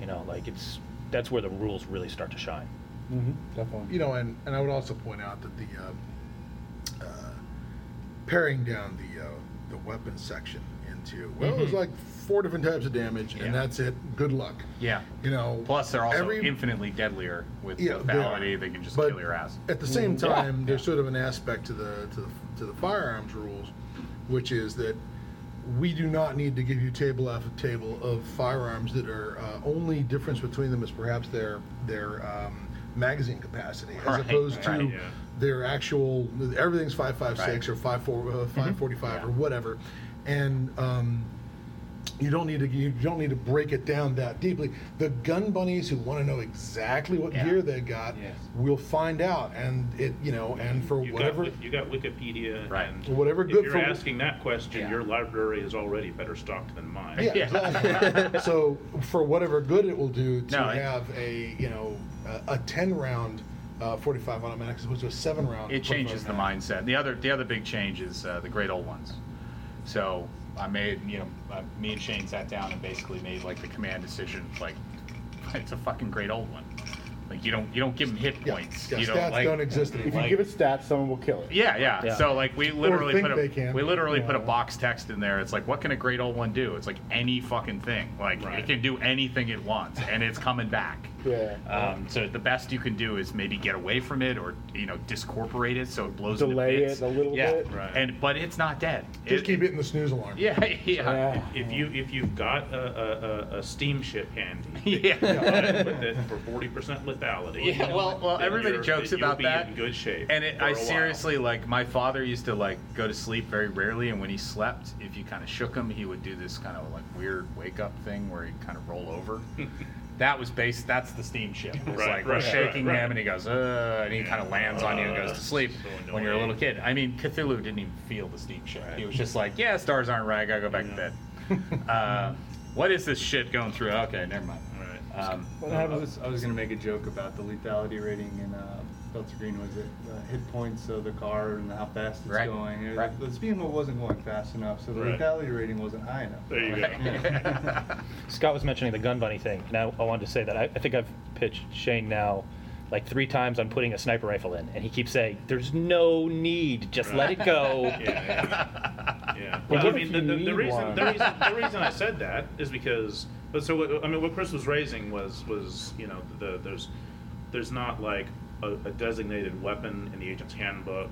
[SPEAKER 5] You know, like it's that's where the rules really start to shine.
[SPEAKER 1] Mm-hmm. Definitely.
[SPEAKER 6] you know, and, and I would also point out that the uh, uh, paring down the uh, the weapon section into well, it was like four different types of damage,
[SPEAKER 4] Mm-hmm. Yeah.
[SPEAKER 6] and that's it. Good luck.
[SPEAKER 4] Yeah.
[SPEAKER 6] You know.
[SPEAKER 4] Plus, they're also
[SPEAKER 6] Mm. every-
[SPEAKER 4] infinitely deadlier with
[SPEAKER 6] Yeah, they are.
[SPEAKER 4] lethality. They can just
[SPEAKER 6] But
[SPEAKER 4] kill your ass.
[SPEAKER 6] At the same
[SPEAKER 4] Yeah.
[SPEAKER 6] time, there's sort of an aspect to the, to the to the firearms rules, which is that we do not need to give you table after table of firearms that are uh, only difference between them is perhaps their their um, magazine capacity as
[SPEAKER 4] Right,
[SPEAKER 6] opposed to
[SPEAKER 4] right,
[SPEAKER 7] yeah.
[SPEAKER 6] their actual everything's five five six
[SPEAKER 4] Right.
[SPEAKER 6] or five four uh,
[SPEAKER 4] Mm-hmm.
[SPEAKER 6] five forty five or whatever, and. Um, you don't need to you don't need to break it down that deeply. The gun bunnies who want to know exactly what
[SPEAKER 4] Yeah.
[SPEAKER 6] gear they got
[SPEAKER 3] Yes.
[SPEAKER 6] will find out, and it you know, and for
[SPEAKER 7] You
[SPEAKER 6] whatever
[SPEAKER 7] Got, Wik- you got Wikipedia.
[SPEAKER 4] Right.
[SPEAKER 7] And
[SPEAKER 6] Whatever
[SPEAKER 7] if
[SPEAKER 6] good
[SPEAKER 7] you're
[SPEAKER 6] for-
[SPEAKER 7] asking that question,
[SPEAKER 4] Yeah.
[SPEAKER 7] your library is already better stocked than mine.
[SPEAKER 6] yeah, exactly. so for whatever good it will do to
[SPEAKER 4] No, it-
[SPEAKER 6] have a you know a, a ten round uh, forty five automatic as opposed to a seven round.
[SPEAKER 4] It changes the
[SPEAKER 6] 45 automatic.
[SPEAKER 4] mindset. The other the other big change is uh, the great old ones. So I made you know uh, me and Shane sat down and basically made like the command decision like it's a fucking great old one. Like you don't you don't give them hit
[SPEAKER 6] Yeah,
[SPEAKER 4] points.
[SPEAKER 6] yeah,
[SPEAKER 4] you
[SPEAKER 6] stats
[SPEAKER 4] like-
[SPEAKER 6] don't exist
[SPEAKER 1] If
[SPEAKER 6] anymore.
[SPEAKER 1] you
[SPEAKER 4] Like-
[SPEAKER 1] give it stats, someone will kill it.
[SPEAKER 4] Yeah, yeah,
[SPEAKER 5] Yeah.
[SPEAKER 4] So like we literally
[SPEAKER 6] think
[SPEAKER 4] put
[SPEAKER 6] they
[SPEAKER 4] a
[SPEAKER 6] can.
[SPEAKER 4] we literally put a
[SPEAKER 1] Yeah.
[SPEAKER 4] box text in there. It's like, what can a great old one do? It's like any fucking thing. Like
[SPEAKER 7] Right.
[SPEAKER 4] it can do anything it wants, and it's coming back.
[SPEAKER 1] Yeah.
[SPEAKER 4] Um, so the best you can do is maybe get away from it, or you know, discorporate it so it blows. into
[SPEAKER 1] Delay it
[SPEAKER 4] bits.
[SPEAKER 1] a little
[SPEAKER 4] yeah.
[SPEAKER 1] bit.
[SPEAKER 7] Right.
[SPEAKER 4] And but it's not dead.
[SPEAKER 6] Just keep it in the snooze alarm.
[SPEAKER 4] Yeah, yeah, yeah.
[SPEAKER 1] Yeah.
[SPEAKER 7] If you if you've got a, a, a, a steamship handy
[SPEAKER 4] yeah.
[SPEAKER 7] with it for forty percent lethality.
[SPEAKER 4] well, well,
[SPEAKER 7] then
[SPEAKER 4] everybody
[SPEAKER 7] you're-
[SPEAKER 4] jokes
[SPEAKER 7] then you'll
[SPEAKER 4] about
[SPEAKER 7] be
[SPEAKER 4] that.
[SPEAKER 7] In good shape.
[SPEAKER 4] And it,
[SPEAKER 7] for
[SPEAKER 4] I
[SPEAKER 7] a while.
[SPEAKER 4] seriously like my father used to like go to sleep very rarely, and when he slept, if you kind of shook him, he would do this kind of like weird wake up thing where he'd kind of roll over. that was based. That's the steamship. It's
[SPEAKER 7] Right,
[SPEAKER 4] like we're
[SPEAKER 7] right,
[SPEAKER 4] shaking
[SPEAKER 7] right, right.
[SPEAKER 4] him, and he goes, uh, and he kind of lands on you and
[SPEAKER 7] Uh,
[SPEAKER 4] goes to sleep.
[SPEAKER 7] so
[SPEAKER 4] when you're a little
[SPEAKER 7] annoying.
[SPEAKER 4] kid, I mean, Cthulhu didn't even feel the steamship. He was just like, yeah, stars aren't right. I gotta go back to bed. uh, what is this shit going through? Okay, never mind.
[SPEAKER 7] Right.
[SPEAKER 4] Um,
[SPEAKER 1] What
[SPEAKER 3] I
[SPEAKER 1] happens?
[SPEAKER 3] was, I was going to make a joke about the lethality rating in uh, Delta Green. Was it uh, hit points of the car and how fast it's
[SPEAKER 4] Right,
[SPEAKER 3] going? It,
[SPEAKER 4] right.
[SPEAKER 3] The speed limit wasn't going fast enough, so the
[SPEAKER 7] Right.
[SPEAKER 3] lethality rating wasn't high enough.
[SPEAKER 7] There you go.
[SPEAKER 5] Scott was mentioning the gun bunny thing, and I, I wanted to say that I, I think I've pitched Shane now like three times I'm putting a sniper rifle in, and he keeps saying, There's no need, just let it go.
[SPEAKER 7] Yeah, yeah. yeah.
[SPEAKER 1] But
[SPEAKER 7] Well, I
[SPEAKER 1] what
[SPEAKER 7] mean,
[SPEAKER 1] if
[SPEAKER 7] the,
[SPEAKER 1] you
[SPEAKER 7] the,
[SPEAKER 1] need
[SPEAKER 7] the, reason,
[SPEAKER 1] one?
[SPEAKER 7] the reason the reason I said that is because, but so what, I mean, what Chris was raising was was you know the there's there's not like a, a designated weapon in the agent's handbook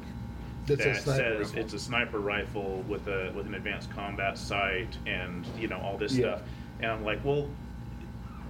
[SPEAKER 6] That's a
[SPEAKER 7] that
[SPEAKER 6] sniper
[SPEAKER 7] says
[SPEAKER 6] rifle.
[SPEAKER 7] it's a sniper rifle with a with an advanced combat sight and you know all this
[SPEAKER 1] Yeah.
[SPEAKER 7] stuff. And I'm like, well,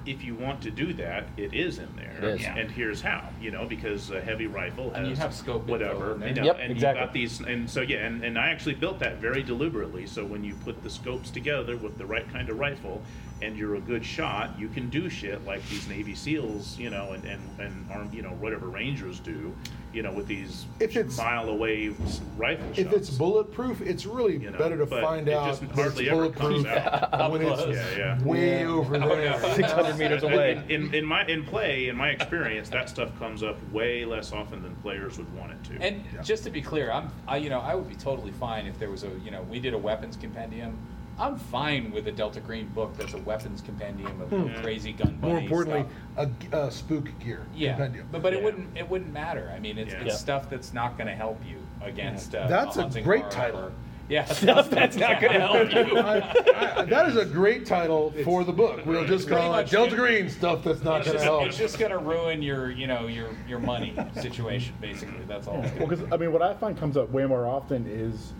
[SPEAKER 7] if you want to do that, it is in there,
[SPEAKER 11] It is.
[SPEAKER 4] Yeah.
[SPEAKER 7] and here's how. You know, because a heavy rifle
[SPEAKER 4] And you
[SPEAKER 7] has
[SPEAKER 4] have scope info
[SPEAKER 7] whatever,
[SPEAKER 4] in there.
[SPEAKER 7] you know,
[SPEAKER 11] Yep,
[SPEAKER 7] and
[SPEAKER 11] exactly.
[SPEAKER 7] you got these, and so yeah, and, and I actually built that very deliberately. So when you put the scopes together with the right kind of rifle, and you're a good shot, you can do shit like these Navy SEALs, you know, and and and armed, you know, whatever Rangers do, you know, with these
[SPEAKER 6] If it's-
[SPEAKER 7] mile away rifle
[SPEAKER 6] If
[SPEAKER 7] shots.
[SPEAKER 6] it's bulletproof, it's really
[SPEAKER 7] You know,
[SPEAKER 6] better to
[SPEAKER 7] but
[SPEAKER 6] find
[SPEAKER 7] it
[SPEAKER 6] out
[SPEAKER 7] just
[SPEAKER 6] that
[SPEAKER 7] hardly
[SPEAKER 6] it's
[SPEAKER 7] ever comes
[SPEAKER 6] bulletproof
[SPEAKER 7] out.
[SPEAKER 6] when it's
[SPEAKER 7] Yeah, yeah.
[SPEAKER 6] way
[SPEAKER 1] Yeah.
[SPEAKER 6] over
[SPEAKER 5] Oh,
[SPEAKER 6] there.
[SPEAKER 5] 600 meters away.
[SPEAKER 7] In, in, in my in play, in my experience, that stuff comes up way less often than players would want it to.
[SPEAKER 4] And just to be clear, I'm, I, you know, I would be totally fine if there was a, you know, we did a weapons compendium.
[SPEAKER 12] I'm fine with a Delta Green book that's a weapons compendium of crazy gun
[SPEAKER 6] Hmm. More
[SPEAKER 12] bunny
[SPEAKER 6] importantly,
[SPEAKER 12] stuff.
[SPEAKER 6] a, a spook gear.
[SPEAKER 12] Yeah,
[SPEAKER 6] compendium.
[SPEAKER 12] but, but it
[SPEAKER 3] Yeah.
[SPEAKER 12] wouldn't it wouldn't matter. I mean, it's,
[SPEAKER 7] Yeah.
[SPEAKER 12] it's
[SPEAKER 5] Yeah.
[SPEAKER 12] stuff that's not going to help you against. Uh,
[SPEAKER 6] That's a
[SPEAKER 12] hunting
[SPEAKER 6] great
[SPEAKER 12] or-
[SPEAKER 6] title.
[SPEAKER 12] Yeah, stuff that's not going to help you.
[SPEAKER 6] I- I- that is a great title for the book. We'll just
[SPEAKER 12] Pretty
[SPEAKER 6] call it
[SPEAKER 12] much
[SPEAKER 6] Delta
[SPEAKER 12] it-
[SPEAKER 6] Green stuff that's not going
[SPEAKER 12] It's
[SPEAKER 6] to
[SPEAKER 12] just,
[SPEAKER 6] help.
[SPEAKER 12] it's just gonna ruin your, you know, your your money situation. Basically, that's all. It's
[SPEAKER 1] Well,
[SPEAKER 12] gonna
[SPEAKER 1] because I mean, what I find comes up way more often is,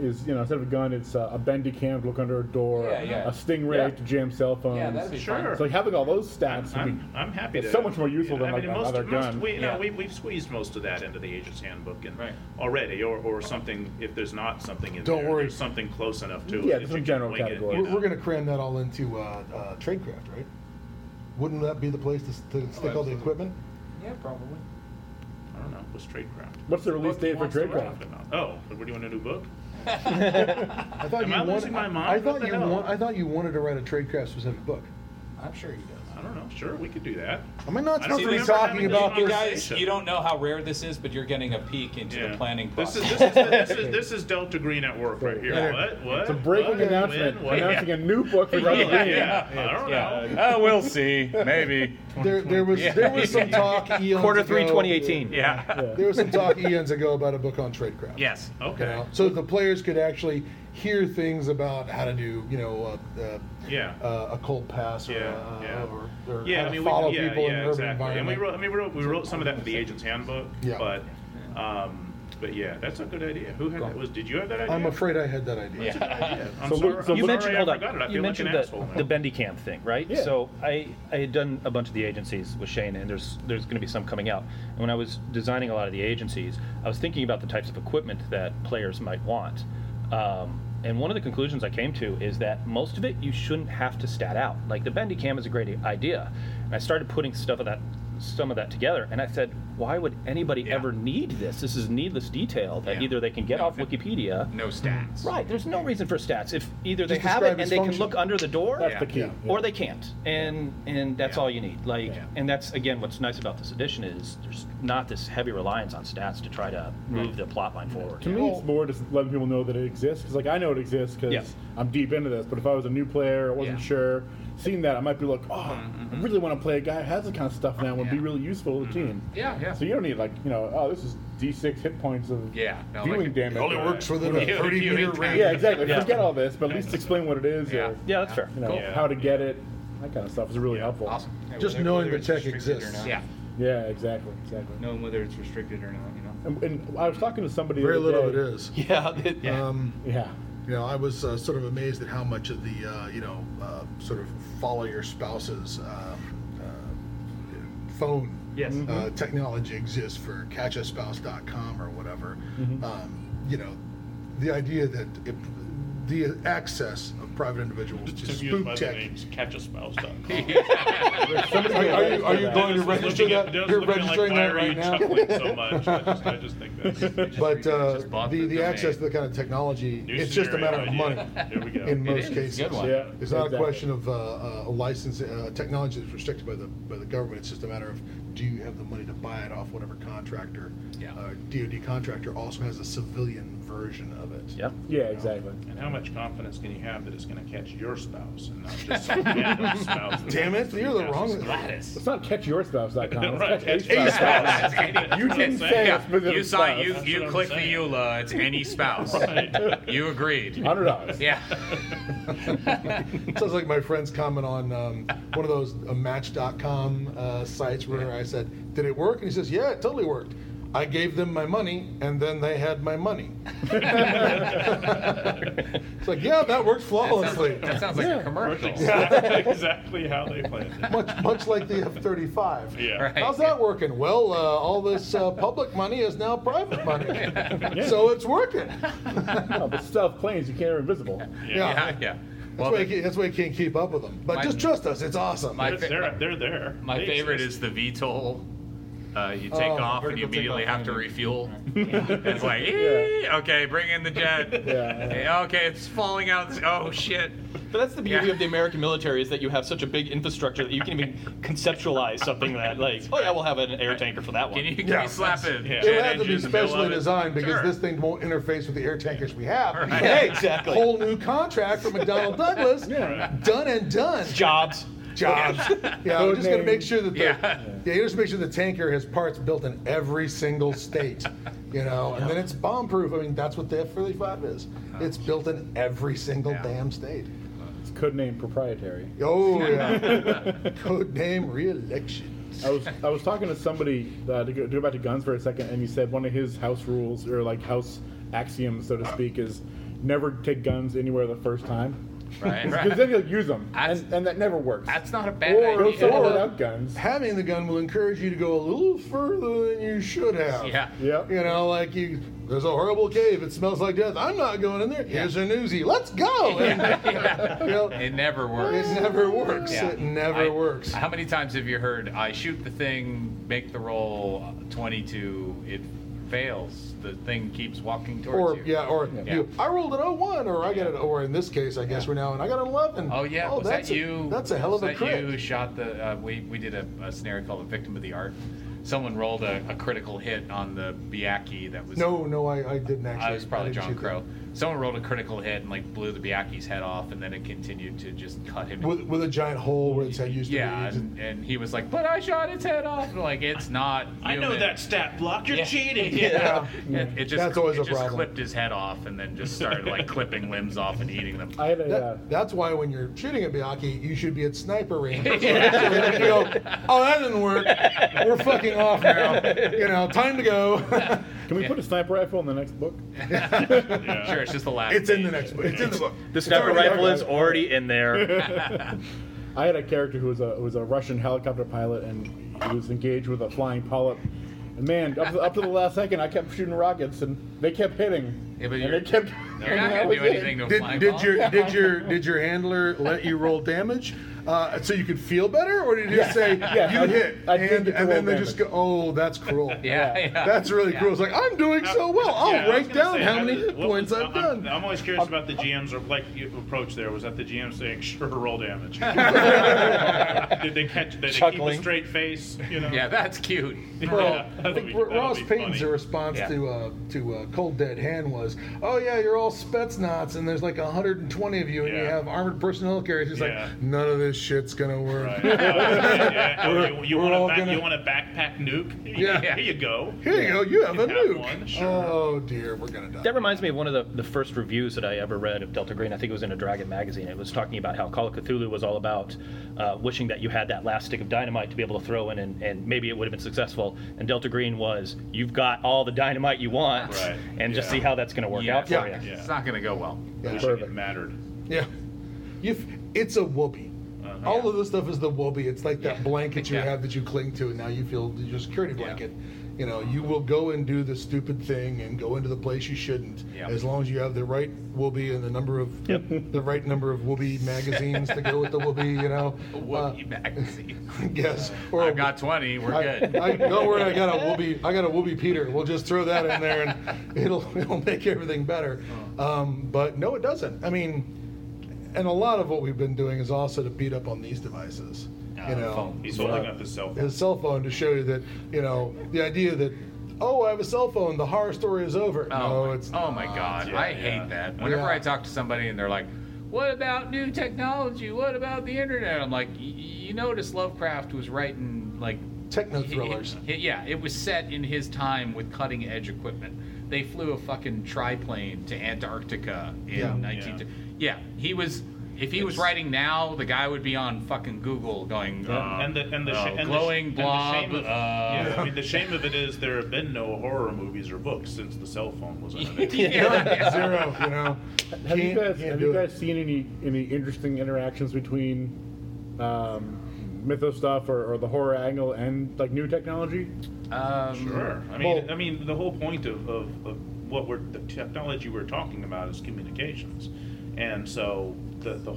[SPEAKER 1] is you know, instead of a gun, it's uh, a bendy cam to look under a door,
[SPEAKER 12] Yeah, yeah.
[SPEAKER 1] a stingray
[SPEAKER 12] Yeah.
[SPEAKER 1] to jam cell phones.
[SPEAKER 12] yeah, that'd be fun.
[SPEAKER 7] Sure.
[SPEAKER 1] so like having all those stats. would be-
[SPEAKER 7] I'm, I'm happy
[SPEAKER 1] it's
[SPEAKER 7] to.
[SPEAKER 1] so much more useful
[SPEAKER 7] you know,
[SPEAKER 1] than, like,
[SPEAKER 7] most,
[SPEAKER 1] another
[SPEAKER 7] most-
[SPEAKER 1] gun.
[SPEAKER 7] We,
[SPEAKER 12] Yeah.
[SPEAKER 7] no, we, we've squeezed most of that into the Agent's Handbook and
[SPEAKER 12] Right.
[SPEAKER 7] already, or, or something. If there's not something in
[SPEAKER 6] Don't
[SPEAKER 7] there,
[SPEAKER 6] worry.
[SPEAKER 7] there's something close enough
[SPEAKER 1] Yeah,
[SPEAKER 7] to it. that
[SPEAKER 1] there's
[SPEAKER 7] you
[SPEAKER 1] a
[SPEAKER 7] can
[SPEAKER 1] general
[SPEAKER 7] wing it, you
[SPEAKER 1] category.
[SPEAKER 6] We're,
[SPEAKER 7] know.
[SPEAKER 6] we're going to cram that all into uh, uh, tradecraft, right? Wouldn't that be the place to, s- to stick all the
[SPEAKER 12] absolutely.
[SPEAKER 6] equipment?
[SPEAKER 12] Yeah, probably.
[SPEAKER 7] I don't know. What's tradecraft?
[SPEAKER 1] What's the
[SPEAKER 12] Book
[SPEAKER 1] release date for
[SPEAKER 12] wants to
[SPEAKER 1] Tradecraft?
[SPEAKER 7] Oh, but we're doing a new book.
[SPEAKER 6] I thought
[SPEAKER 7] Am
[SPEAKER 6] you
[SPEAKER 7] I
[SPEAKER 6] wanted,
[SPEAKER 7] losing my mind?
[SPEAKER 6] I
[SPEAKER 7] What
[SPEAKER 6] thought
[SPEAKER 7] the
[SPEAKER 6] you
[SPEAKER 7] hell?
[SPEAKER 6] want, I thought you wanted to write a tradecraft specific book.
[SPEAKER 12] I'm sure he does.
[SPEAKER 7] I don't know. Sure, we could do that.
[SPEAKER 6] Am I not
[SPEAKER 7] I don't
[SPEAKER 6] supposed to be
[SPEAKER 7] remember
[SPEAKER 6] talking
[SPEAKER 7] having
[SPEAKER 6] about
[SPEAKER 7] any
[SPEAKER 12] You
[SPEAKER 6] this?
[SPEAKER 12] guys,
[SPEAKER 7] conversation.
[SPEAKER 12] you don't know how rare this is, but you're getting a peek into the planning
[SPEAKER 7] This
[SPEAKER 12] process.
[SPEAKER 7] is this is, this is this is Delta Green at work right here.
[SPEAKER 1] Yeah.
[SPEAKER 7] What? What?
[SPEAKER 1] It's a breaking
[SPEAKER 7] What?
[SPEAKER 1] announcement
[SPEAKER 7] When? What?
[SPEAKER 1] announcing a new book for
[SPEAKER 7] Yeah.
[SPEAKER 1] Delta
[SPEAKER 7] Yeah.
[SPEAKER 1] Green.
[SPEAKER 7] yeah. I don't know.
[SPEAKER 4] Uh, we'll see. Maybe.
[SPEAKER 6] There, there was there was some talk eons
[SPEAKER 5] Quarter three,
[SPEAKER 6] ago-
[SPEAKER 5] 2018.
[SPEAKER 4] Yeah.
[SPEAKER 6] There was some talk eons ago about a book on tradecraft.
[SPEAKER 4] Yes. Oh,
[SPEAKER 6] you
[SPEAKER 7] Okay.
[SPEAKER 6] know, so that the players could actually hear things about how to do, you know, uh, uh,
[SPEAKER 7] Yeah.
[SPEAKER 6] uh, a cold pass or,
[SPEAKER 7] Yeah,
[SPEAKER 6] uh,
[SPEAKER 7] yeah.
[SPEAKER 6] or, or
[SPEAKER 7] yeah,
[SPEAKER 6] how
[SPEAKER 7] I
[SPEAKER 6] to
[SPEAKER 7] mean,
[SPEAKER 6] follow
[SPEAKER 7] we, yeah,
[SPEAKER 6] people
[SPEAKER 7] yeah,
[SPEAKER 6] in an urban
[SPEAKER 7] exactly.
[SPEAKER 6] environment.
[SPEAKER 7] And we wrote, I mean, we wrote, we wrote some of that for the agent's handbook.
[SPEAKER 6] Yeah.
[SPEAKER 7] But, um, but yeah, that's a good idea. Who had that? Was did you have that idea?
[SPEAKER 6] I'm afraid I had that idea.
[SPEAKER 7] Yeah. I'm
[SPEAKER 1] So
[SPEAKER 7] sorry.
[SPEAKER 1] Luke- so
[SPEAKER 7] I'm
[SPEAKER 5] you
[SPEAKER 1] Luke-
[SPEAKER 7] sorry I
[SPEAKER 5] mentioned hold on.
[SPEAKER 7] forgot it. I
[SPEAKER 5] you
[SPEAKER 7] feel
[SPEAKER 5] mentioned
[SPEAKER 7] like an
[SPEAKER 5] the,
[SPEAKER 7] asshole now.
[SPEAKER 5] the bendy camp thing, right?
[SPEAKER 1] Yeah.
[SPEAKER 5] So I I had done a bunch of the agencies with Shane, and there's there's going to be some coming out. And when I was designing a lot of the agencies, I was thinking about the types of equipment that players might want. Um, and one of the conclusions I came to is that most of it you shouldn't have to stat out. Like the bendy cam is a great idea, and I started putting stuff of that some of that together, and I said, why would anybody ever need this? This is needless detail that
[SPEAKER 4] Yeah.
[SPEAKER 5] either they can get
[SPEAKER 4] No,
[SPEAKER 5] off
[SPEAKER 4] it-
[SPEAKER 5] Wikipedia.
[SPEAKER 4] No stats.
[SPEAKER 5] Right. There's no reason for stats. If either they
[SPEAKER 6] Just
[SPEAKER 5] have
[SPEAKER 6] describe
[SPEAKER 5] it and
[SPEAKER 6] its
[SPEAKER 5] they can
[SPEAKER 6] function.
[SPEAKER 5] look under the door,
[SPEAKER 1] That's the
[SPEAKER 4] Yeah.
[SPEAKER 1] key.
[SPEAKER 5] or they can't, and and that's all you need. Like,
[SPEAKER 4] Yeah.
[SPEAKER 5] and that's again what's nice about this edition is there's not this heavy reliance on stats to try to move the plot line forward.
[SPEAKER 1] To me, it's more just letting people know that it exists. Because, like, I know it exists because
[SPEAKER 5] Yeah.
[SPEAKER 1] I'm deep into this. But if I was a new player, I wasn't
[SPEAKER 4] Yeah. Mm-hmm.
[SPEAKER 1] sure, seeing that, I might be like, oh, I really want to play a guy who has this kind of stuff now. Would be
[SPEAKER 4] Yeah. Mm-hmm.
[SPEAKER 1] really useful to the team.
[SPEAKER 4] Yeah, yeah.
[SPEAKER 1] So you don't need like, you know, oh, this is D6 hit points of
[SPEAKER 4] Yeah, no,
[SPEAKER 1] viewing
[SPEAKER 4] like it-
[SPEAKER 1] damage.
[SPEAKER 6] only
[SPEAKER 1] or-
[SPEAKER 6] works within a
[SPEAKER 4] You-
[SPEAKER 6] 30
[SPEAKER 4] you
[SPEAKER 6] meter
[SPEAKER 4] hit
[SPEAKER 6] range.
[SPEAKER 1] Yeah, exactly.
[SPEAKER 5] Yeah.
[SPEAKER 1] Forget all this, but at least explain what it is
[SPEAKER 4] Yeah.
[SPEAKER 1] or
[SPEAKER 5] Yeah, that's fair.
[SPEAKER 1] you know
[SPEAKER 4] Cool.
[SPEAKER 1] how to get it. That kind of stuff is really helpful.
[SPEAKER 4] Awesome.
[SPEAKER 6] Just
[SPEAKER 3] whether-
[SPEAKER 6] knowing
[SPEAKER 3] whether
[SPEAKER 6] the
[SPEAKER 3] it's
[SPEAKER 6] tech
[SPEAKER 3] restricted or
[SPEAKER 6] exists.
[SPEAKER 3] not.
[SPEAKER 4] Yeah.
[SPEAKER 1] Yeah, exactly, exactly.
[SPEAKER 3] Knowing whether it's restricted or not, you know.
[SPEAKER 1] And, and I was talking to somebody. the
[SPEAKER 6] Very
[SPEAKER 1] other
[SPEAKER 6] little it
[SPEAKER 1] day-
[SPEAKER 6] is.
[SPEAKER 5] Yeah.
[SPEAKER 6] Um,
[SPEAKER 1] Yeah.
[SPEAKER 6] you know, I was uh, sort of amazed at how much of the, uh, you know, uh, sort of follow your spouse's um, uh, phone
[SPEAKER 3] Yes.
[SPEAKER 6] uh, technology exists for catchaspouse.com or whatever. Um, you know, the idea that if the access of private individuals to
[SPEAKER 7] Just used by
[SPEAKER 6] spook
[SPEAKER 7] the
[SPEAKER 6] tech.
[SPEAKER 7] names catchaspouse dot com.
[SPEAKER 1] Somebody
[SPEAKER 6] Are, are you, are you
[SPEAKER 1] Yeah.
[SPEAKER 6] going to
[SPEAKER 7] Just
[SPEAKER 6] register
[SPEAKER 7] looking at-
[SPEAKER 6] that?
[SPEAKER 7] just
[SPEAKER 6] You're
[SPEAKER 7] looking like,
[SPEAKER 6] registering
[SPEAKER 7] why
[SPEAKER 6] that
[SPEAKER 7] are
[SPEAKER 6] right
[SPEAKER 7] you
[SPEAKER 6] now?
[SPEAKER 7] chuckling so much? I just, I just think that's.
[SPEAKER 6] But uh,
[SPEAKER 4] just bought
[SPEAKER 6] the,
[SPEAKER 4] the
[SPEAKER 6] the access
[SPEAKER 4] domain.
[SPEAKER 6] to the kind of technology,
[SPEAKER 7] New
[SPEAKER 6] it's just a matter
[SPEAKER 7] scenario
[SPEAKER 6] of money
[SPEAKER 7] idea. There we go.
[SPEAKER 6] in
[SPEAKER 12] It
[SPEAKER 6] most
[SPEAKER 12] is, it's a
[SPEAKER 6] cases.
[SPEAKER 12] good one.
[SPEAKER 1] Yeah.
[SPEAKER 6] It's not a
[SPEAKER 1] exactly.
[SPEAKER 6] question of uh, uh, a license, uh, technology that's restricted by the, by the government. It's just a matter of, do you have the money to buy it off whatever contractor?
[SPEAKER 4] Yeah.
[SPEAKER 6] Uh, DoD contractor also has a civilian version of it.
[SPEAKER 5] Yeah.
[SPEAKER 1] Yeah, exactly.
[SPEAKER 7] And how much confidence can you have that it's going to catch your spouse and not just some random spouse? that
[SPEAKER 6] Damn it,
[SPEAKER 7] happens to
[SPEAKER 6] you're
[SPEAKER 7] be
[SPEAKER 6] the wrong.
[SPEAKER 7] Gladys.
[SPEAKER 1] It's not catchyourspouse.com.
[SPEAKER 7] Right,
[SPEAKER 1] It's catch
[SPEAKER 7] catch
[SPEAKER 1] a spouse. You didn't
[SPEAKER 7] That's what I'm
[SPEAKER 1] say
[SPEAKER 7] saying.
[SPEAKER 1] it. Specific
[SPEAKER 4] You
[SPEAKER 1] spouse.
[SPEAKER 4] sign. You
[SPEAKER 7] That's what
[SPEAKER 4] you
[SPEAKER 7] I'm
[SPEAKER 4] click
[SPEAKER 7] saying.
[SPEAKER 4] the EULA. It's any spouse. You agreed.
[SPEAKER 1] Hundred dollars.
[SPEAKER 4] Yeah.
[SPEAKER 6] Sounds like my friend's comment on um, one of those uh, Match.com uh, sites where I said, "Did it work?" And he says, "Yeah, it totally worked. I gave them my money, and then they had my money." it's like, yeah, that worked flawlessly.
[SPEAKER 4] That sounds like a commercial.
[SPEAKER 7] Exactly, exactly how they planned it.
[SPEAKER 6] much, much like the F-35.
[SPEAKER 7] Yeah.
[SPEAKER 4] Right.
[SPEAKER 6] How's that working? Well, uh, all this uh, public money is now private money, so it's working.
[SPEAKER 1] No, but stealth planes, you can't are invisible.
[SPEAKER 4] Yeah. Yeah.
[SPEAKER 6] That's,
[SPEAKER 4] Well,
[SPEAKER 6] why you, that's why you can't keep up with them. But
[SPEAKER 4] My-
[SPEAKER 6] just trust us; it's awesome.
[SPEAKER 4] my
[SPEAKER 7] They're, they're, they're there.
[SPEAKER 4] My
[SPEAKER 7] They
[SPEAKER 4] favorite
[SPEAKER 7] exist.
[SPEAKER 4] is the VTOL Uh, you take
[SPEAKER 6] Oh,
[SPEAKER 4] off and you
[SPEAKER 13] vertical
[SPEAKER 4] immediately
[SPEAKER 13] takeoff
[SPEAKER 4] have to
[SPEAKER 13] landing.
[SPEAKER 4] refuel. it's like, "Ee, okay, bring in the jet.
[SPEAKER 1] Yeah.
[SPEAKER 4] Okay, it's falling out. Oh shit.
[SPEAKER 14] But that's the beauty
[SPEAKER 4] Yeah.
[SPEAKER 14] of the American military is that you have such a big infrastructure that you can even conceptualize something that like, oh yeah, we'll have an air tanker for that one.
[SPEAKER 4] Can you, can
[SPEAKER 15] Yeah.
[SPEAKER 4] you slap it?
[SPEAKER 14] Yeah.
[SPEAKER 4] jet
[SPEAKER 6] It'll have to
[SPEAKER 4] engine
[SPEAKER 6] be
[SPEAKER 4] in the middle
[SPEAKER 6] specially
[SPEAKER 4] of it?
[SPEAKER 6] designed because
[SPEAKER 4] Sure.
[SPEAKER 6] this thing won't interface with the air tankers we have.
[SPEAKER 4] Right.
[SPEAKER 6] Hey,
[SPEAKER 14] Yeah, exactly.
[SPEAKER 6] Whole new contract from McDonnell Douglas. Done and done.
[SPEAKER 14] Jobs.
[SPEAKER 6] Jobs. Yeah, we're
[SPEAKER 1] Code
[SPEAKER 6] just gonna
[SPEAKER 1] name.
[SPEAKER 6] make sure that the
[SPEAKER 4] Yeah.
[SPEAKER 6] yeah. you just make sure the tanker has parts built in every single state. You know, and then it's bomb proof. I mean, that's what the F thirty five is. It's built in every single damn state.
[SPEAKER 1] It's codename proprietary.
[SPEAKER 6] Oh yeah. Code name re-election.
[SPEAKER 1] I was I was talking to somebody uh, to, go, to go back to guns for a second, and he said one of his house rules or like house axioms, so to speak, is never take guns anywhere the first time.
[SPEAKER 4] Right.
[SPEAKER 1] Because then you'll use them,
[SPEAKER 4] That's-
[SPEAKER 1] and, and that never works.
[SPEAKER 4] That's not a bad
[SPEAKER 1] Or go
[SPEAKER 4] idea.
[SPEAKER 1] somewhere without guns.
[SPEAKER 6] Having the gun will encourage you to go a little further than you should have.
[SPEAKER 4] Yeah.
[SPEAKER 1] Yep.
[SPEAKER 6] You know, like you, there's a horrible cave. It smells like death. I'm not going in there. Here's a newsie. Let's go. You know,
[SPEAKER 4] It never works.
[SPEAKER 6] Oh, it never works.
[SPEAKER 4] Yeah.
[SPEAKER 6] It never
[SPEAKER 4] I-
[SPEAKER 6] works.
[SPEAKER 4] How many times have you heard, I shoot the thing, make the roll, 22, it fails, the thing keeps walking towards
[SPEAKER 6] Or
[SPEAKER 4] you?
[SPEAKER 6] yeah, or
[SPEAKER 4] Yeah.
[SPEAKER 6] you, I rolled an 01, or I got an, or in this case, I guess we're now, and I got an 11.
[SPEAKER 4] Oh yeah, was
[SPEAKER 6] that's
[SPEAKER 4] that
[SPEAKER 6] a-
[SPEAKER 4] you?
[SPEAKER 6] that's a hell of
[SPEAKER 4] was
[SPEAKER 6] a
[SPEAKER 4] that you who
[SPEAKER 6] crit.
[SPEAKER 4] shot the? Uh, we we did a, a scenario called "The Victim of the Art." Someone rolled a, a critical hit on the Biaki that was.
[SPEAKER 6] No, no, I, I didn't actually.
[SPEAKER 4] I was probably
[SPEAKER 6] didn't
[SPEAKER 4] John
[SPEAKER 6] shoot that.
[SPEAKER 4] Crow. Someone rolled a critical hit and like blew the Biaki's head off, and then it continued to just cut him.
[SPEAKER 6] With, with a giant hole where its head used
[SPEAKER 4] yeah,
[SPEAKER 6] to be.
[SPEAKER 4] and, and he was like, "But I shot its head off." And, like it's not.
[SPEAKER 7] I know
[SPEAKER 4] human.
[SPEAKER 7] that stat block. You're
[SPEAKER 4] Yeah.
[SPEAKER 7] cheating.
[SPEAKER 4] Yeah.
[SPEAKER 6] Yeah.
[SPEAKER 4] It, it just,
[SPEAKER 6] That's always
[SPEAKER 4] it
[SPEAKER 6] a
[SPEAKER 4] just
[SPEAKER 6] problem.
[SPEAKER 4] clipped his head off and then just started like clipping limbs off and eating them.
[SPEAKER 1] I had a.
[SPEAKER 6] That-
[SPEAKER 1] uh,
[SPEAKER 6] that's why when you're shooting at Biaki, you should be at sniper range. So you go, oh, that didn't work. We're fucking off now. You know, time to go.
[SPEAKER 1] can we put a sniper rifle in the next book?
[SPEAKER 4] Sure, it's just the last.
[SPEAKER 6] it's in the
[SPEAKER 4] page.
[SPEAKER 6] next. It's in the book.
[SPEAKER 5] The
[SPEAKER 6] It's
[SPEAKER 5] sniper
[SPEAKER 6] already
[SPEAKER 5] rifle
[SPEAKER 6] there.
[SPEAKER 5] is already in there.
[SPEAKER 1] I had a character who was a who was a Russian helicopter pilot, and he was engaged with a flying polyp. And man, up to, up to the last second, I kept shooting rockets, and they kept hitting.
[SPEAKER 4] Yeah, but
[SPEAKER 1] and
[SPEAKER 4] you're-
[SPEAKER 1] they kept.
[SPEAKER 4] You're
[SPEAKER 1] and
[SPEAKER 4] not
[SPEAKER 1] that
[SPEAKER 4] gonna
[SPEAKER 1] was
[SPEAKER 4] do
[SPEAKER 1] it.
[SPEAKER 4] anything to a
[SPEAKER 6] Did,
[SPEAKER 4] flying
[SPEAKER 6] did
[SPEAKER 4] ball.
[SPEAKER 6] your did your did your handler let you roll damage uh, so you could feel better, or did you just say
[SPEAKER 1] Yeah,
[SPEAKER 6] you
[SPEAKER 1] I-
[SPEAKER 6] hit
[SPEAKER 1] I did
[SPEAKER 6] and,
[SPEAKER 1] get to
[SPEAKER 6] and
[SPEAKER 1] roll
[SPEAKER 6] then they just go,
[SPEAKER 1] damage.
[SPEAKER 6] oh, that's cruel.
[SPEAKER 4] Yeah, yeah.
[SPEAKER 6] That's really
[SPEAKER 4] Yeah.
[SPEAKER 6] cruel. It's like I'm doing so well. I'll
[SPEAKER 7] Yeah, I was
[SPEAKER 6] write
[SPEAKER 7] gonna
[SPEAKER 6] down
[SPEAKER 7] say,
[SPEAKER 6] how
[SPEAKER 7] I-
[SPEAKER 6] many hit
[SPEAKER 7] what
[SPEAKER 6] points
[SPEAKER 7] was-
[SPEAKER 6] I've
[SPEAKER 7] I'm-
[SPEAKER 6] done.
[SPEAKER 7] I'm always curious about the GM's or like your approach there. Was that the GM saying sure roll damage? did they catch? Did they keep a
[SPEAKER 14] Chuckling.
[SPEAKER 7] straight face? You know.
[SPEAKER 4] Yeah, that's cute.
[SPEAKER 6] Well, I
[SPEAKER 7] that'll
[SPEAKER 6] think
[SPEAKER 7] be-
[SPEAKER 6] Ro-
[SPEAKER 7] that'll
[SPEAKER 6] Ross
[SPEAKER 7] be
[SPEAKER 6] Payton's
[SPEAKER 7] funny.
[SPEAKER 6] response
[SPEAKER 4] Yeah.
[SPEAKER 6] to uh, to uh, Cold Dead Hand was, "Oh yeah, you're all Spetsnaz, and there's like 120 of you, and you
[SPEAKER 7] Yeah.
[SPEAKER 6] have armored personnel carriers." He's
[SPEAKER 7] Yeah.
[SPEAKER 6] like, "None of this shit's gonna work."
[SPEAKER 7] Right. Yeah, yeah, yeah. You- You
[SPEAKER 6] We're
[SPEAKER 7] want
[SPEAKER 6] all
[SPEAKER 7] a back-
[SPEAKER 6] gonna-
[SPEAKER 7] you want a backpack nuke?
[SPEAKER 6] Yeah.
[SPEAKER 7] Here you go.
[SPEAKER 6] Here you go. You have
[SPEAKER 7] You have
[SPEAKER 6] a nuke.
[SPEAKER 7] one, sure.
[SPEAKER 6] Oh dear, we're gonna die.
[SPEAKER 5] That reminds me of one of the, the first reviews that I ever read of Delta Green. I think it was in a Dragon magazine. It was talking about how Call of Cthulhu was all about uh, wishing that you had that last stick of dynamite to be able to throw in, and, and maybe it would have been successful. And Delta Green was, you've got all the dynamite you want,
[SPEAKER 7] Right.
[SPEAKER 5] and just
[SPEAKER 7] Yeah.
[SPEAKER 5] see how that's going to work
[SPEAKER 4] Yeah.
[SPEAKER 5] out for
[SPEAKER 6] Yeah.
[SPEAKER 5] you.
[SPEAKER 4] It's not gonna go well.
[SPEAKER 7] We
[SPEAKER 6] Yeah.
[SPEAKER 7] should get mattered.
[SPEAKER 6] Yeah. You've, it's a whoopee. All of this stuff is the whoopee. It's like that blanket you
[SPEAKER 4] Uh-huh. Yeah.
[SPEAKER 6] have that you cling to, and now you feel your security blanket. You know, you will go and do the stupid thing and go into the place you shouldn't,
[SPEAKER 4] Yeah.
[SPEAKER 6] as long as you have the right whoopee and the number of
[SPEAKER 5] Yep.
[SPEAKER 6] the right number of whoopee magazines to go with the whoopee. You know,
[SPEAKER 4] Whoopee magazine.
[SPEAKER 6] uh, yes. Or
[SPEAKER 4] I've got 20. We're
[SPEAKER 6] I,
[SPEAKER 4] good.
[SPEAKER 6] I, don't worry, I got a whoopee. I got a whoopee Peter. We'll just throw that in there, and it'll it'll make everything better. Um, but no, it doesn't. I mean, and a lot of what we've been doing is also to beat up on these devices. You know,
[SPEAKER 4] phone.
[SPEAKER 7] He's holding up his cell phone.
[SPEAKER 6] his cell phone to show you that you know the idea that oh, I have a cell phone. The horror story is over.
[SPEAKER 4] oh,
[SPEAKER 6] no,
[SPEAKER 4] my-
[SPEAKER 6] it's
[SPEAKER 4] oh my God.
[SPEAKER 7] Yeah,
[SPEAKER 4] I
[SPEAKER 7] yeah.
[SPEAKER 4] hate that. Whenever
[SPEAKER 6] Yeah.
[SPEAKER 4] I talk to somebody and they're like, what about new technology? What about the internet? I'm like, "Y- you notice Lovecraft was writing like
[SPEAKER 6] techno
[SPEAKER 4] he- he-
[SPEAKER 6] thrillers.
[SPEAKER 4] he- yeah, it was set in his time with cutting edge equipment. They flew a fucking triplane to Antarctica in
[SPEAKER 6] Yeah.
[SPEAKER 4] 19. Yeah. he was. If he was writing now, the guy would be on fucking Google going. Uh,
[SPEAKER 7] and the and the,
[SPEAKER 4] uh,
[SPEAKER 7] sh- and the sh-
[SPEAKER 4] glowing
[SPEAKER 7] and the
[SPEAKER 4] blob.
[SPEAKER 7] shame of,
[SPEAKER 4] uh,
[SPEAKER 7] yeah, I mean the shame of it is there have been no horror movies or books since the cell phone was invented.
[SPEAKER 4] yeah.
[SPEAKER 6] Zero, you know.
[SPEAKER 1] Have you
[SPEAKER 6] Can't-
[SPEAKER 1] guys
[SPEAKER 6] can't
[SPEAKER 1] have
[SPEAKER 6] do
[SPEAKER 1] you
[SPEAKER 6] it.
[SPEAKER 1] guys seen any any interesting interactions between um, mythos stuff or, or the horror angle and like new technology?
[SPEAKER 4] Um,
[SPEAKER 7] Sure. I mean, I mean, the whole point of, of, of what we're the technology we're talking about is communications, and so the, the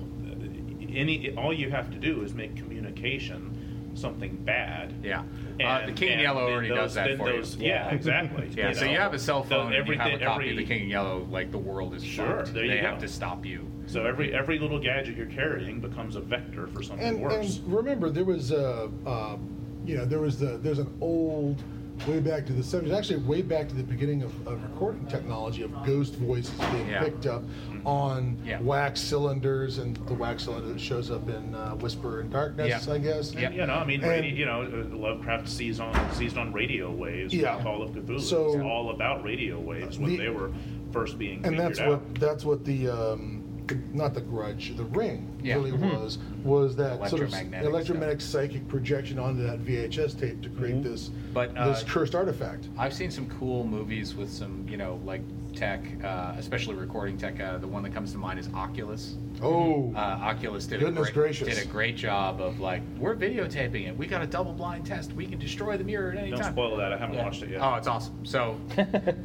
[SPEAKER 7] any all you have to do is make communication something bad.
[SPEAKER 4] Yeah. Uh, the King Yellow
[SPEAKER 7] then
[SPEAKER 4] already does that
[SPEAKER 7] then
[SPEAKER 4] for you.
[SPEAKER 7] Yeah, exactly.
[SPEAKER 4] Yeah, so you
[SPEAKER 7] know.
[SPEAKER 4] have a cell
[SPEAKER 7] So
[SPEAKER 4] phone and you
[SPEAKER 7] everything-
[SPEAKER 4] have a copy
[SPEAKER 7] every-
[SPEAKER 4] of the King and Yellow, like the world is
[SPEAKER 7] Sure,
[SPEAKER 4] fucked.
[SPEAKER 7] there you
[SPEAKER 4] they
[SPEAKER 7] go.
[SPEAKER 4] have to stop you.
[SPEAKER 7] So every every little gadget you're carrying becomes a vector for something
[SPEAKER 8] and,
[SPEAKER 7] worse.
[SPEAKER 8] and remember there was a um, you know there was the there's an old way back to the 70s actually way back to the beginning of, of recording technology of ghost voices being
[SPEAKER 4] Yeah. Mm-hmm.
[SPEAKER 8] picked up on
[SPEAKER 4] Yeah.
[SPEAKER 8] wax cylinders and the wax cylinder that shows up in uh, whisper and darkness
[SPEAKER 4] Yeah.
[SPEAKER 8] i guess
[SPEAKER 4] Yeah.
[SPEAKER 7] you know, I mean,
[SPEAKER 8] And-
[SPEAKER 7] radio, you know, uh, Lovecraft seized on seized on radio waves. with
[SPEAKER 8] Yeah.
[SPEAKER 7] Call of Cthulhu.
[SPEAKER 8] So-
[SPEAKER 7] it's all about radio waves when
[SPEAKER 8] The-
[SPEAKER 7] they were first being
[SPEAKER 8] and
[SPEAKER 7] figured
[SPEAKER 8] that's
[SPEAKER 7] out.
[SPEAKER 8] what that's what the um, the- not the grudge the ring
[SPEAKER 4] Yeah. Mm-hmm.
[SPEAKER 8] really was was that sort of
[SPEAKER 4] Electromagnetic
[SPEAKER 8] electromagnetic psychic projection onto that vhs tape to create this
[SPEAKER 4] Mm-hmm. But,
[SPEAKER 8] this
[SPEAKER 4] uh,
[SPEAKER 8] cursed artifact
[SPEAKER 4] I've seen some cool movies with some, you know, like tech, uh, especially recording tech. Uh, the one that comes to mind is Oculus.
[SPEAKER 8] oh
[SPEAKER 4] Uh, Oculus did
[SPEAKER 8] Goodness
[SPEAKER 4] a great,
[SPEAKER 8] gracious.
[SPEAKER 4] did a great job of like we're videotaping it. We got a double blind test. We can destroy the mirror at any
[SPEAKER 7] Don't
[SPEAKER 4] time.
[SPEAKER 7] spoil that. I haven't watched it yet.
[SPEAKER 4] Oh, it's awesome. So,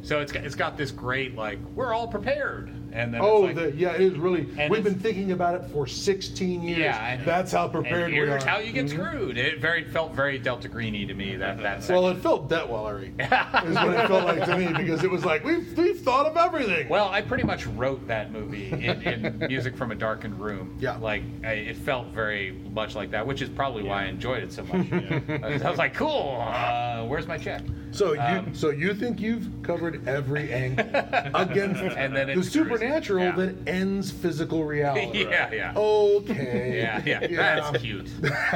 [SPEAKER 4] so it's got, it's got this great like we're all prepared, and then
[SPEAKER 8] Oh,
[SPEAKER 4] it's like,
[SPEAKER 8] the, yeah, it is really.
[SPEAKER 4] And
[SPEAKER 8] We've
[SPEAKER 4] it's-
[SPEAKER 8] been thinking about it for 16 years.
[SPEAKER 4] Yeah, and-
[SPEAKER 8] that's how
[SPEAKER 4] and
[SPEAKER 8] prepared we
[SPEAKER 4] here's
[SPEAKER 8] are.
[SPEAKER 4] how you
[SPEAKER 6] Mm-hmm.
[SPEAKER 8] Mm-hmm.
[SPEAKER 4] get screwed. It very felt very Delta Greeny to me that that section.
[SPEAKER 8] well, it felt Detwellery. is what it felt like to me because it was like we've we've thought of everything.
[SPEAKER 4] Well, I pretty much wrote that movie in, in music from a darkened room.
[SPEAKER 8] Yeah.
[SPEAKER 4] like I, it felt very much like that, which is probably why I enjoyed it so much. I, was, I was like, cool. Uh, where's my check?
[SPEAKER 6] So you
[SPEAKER 4] Um,
[SPEAKER 6] so you think you've covered every angle
[SPEAKER 8] against
[SPEAKER 4] And then
[SPEAKER 8] the
[SPEAKER 4] it's
[SPEAKER 8] supernatural
[SPEAKER 4] yeah.
[SPEAKER 8] that ends physical reality.
[SPEAKER 4] yeah, yeah.
[SPEAKER 8] Okay.
[SPEAKER 4] yeah, yeah, That's cute.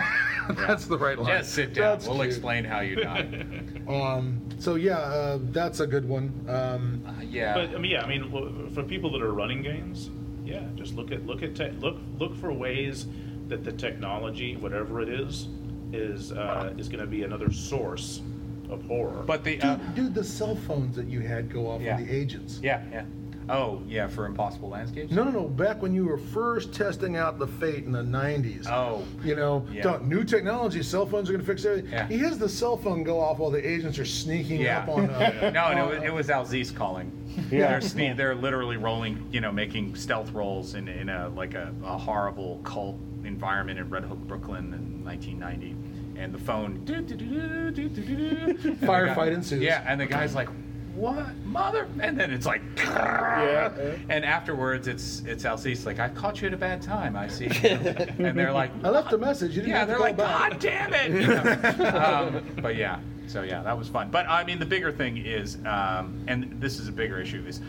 [SPEAKER 6] That's the right line.
[SPEAKER 4] Just sit down.
[SPEAKER 8] That's
[SPEAKER 4] We'll
[SPEAKER 8] cute.
[SPEAKER 4] explain how you die.
[SPEAKER 6] Um, so yeah, uh, that's a good one. Um,
[SPEAKER 4] Uh, yeah.
[SPEAKER 7] But I mean, yeah, I mean, w- for people that are running games, yeah, just look at look at te- look look for ways that the technology, whatever it is, is uh, is going to be another source of horror.
[SPEAKER 4] But the
[SPEAKER 6] dude,
[SPEAKER 4] uh,
[SPEAKER 6] dude, the cell phones that you had go off
[SPEAKER 4] Yeah.
[SPEAKER 6] on the agents.
[SPEAKER 4] yeah, yeah. Oh, yeah, for impossible landscapes.
[SPEAKER 6] No, no, no. Back when you were first testing out the Fate in the '90s.
[SPEAKER 4] Oh,
[SPEAKER 6] You know,
[SPEAKER 4] Yeah.
[SPEAKER 6] don't- new technology, cell phones are going to fix everything.
[SPEAKER 4] Yeah.
[SPEAKER 6] He has the cell phone go off while the agents are sneaking
[SPEAKER 4] Yeah.
[SPEAKER 6] up on. Uh,
[SPEAKER 4] no, and it was, it was Alzee's calling.
[SPEAKER 1] Yeah.
[SPEAKER 4] They're, sne- they're literally rolling, you know, making stealth rolls in, in a like a, a horrible cult environment in Red Hook, Brooklyn in 1990. And the phone. doo, doo, doo, doo, doo, doo, doo, doo. And the guy-
[SPEAKER 6] Firefight ensues.
[SPEAKER 4] Yeah, and the guy's like, what? Mother. And then it's like. And afterwards, it's it's Alzee's like, I caught you at a bad time. I see. and they're like,
[SPEAKER 6] I left a message. You didn't
[SPEAKER 4] yeah,
[SPEAKER 6] have to
[SPEAKER 4] they're
[SPEAKER 6] call
[SPEAKER 4] like,
[SPEAKER 6] back.
[SPEAKER 4] God damn it! You know? um, but yeah, so yeah, that was fun. But I mean, the bigger thing is, um, and this is a bigger issue, is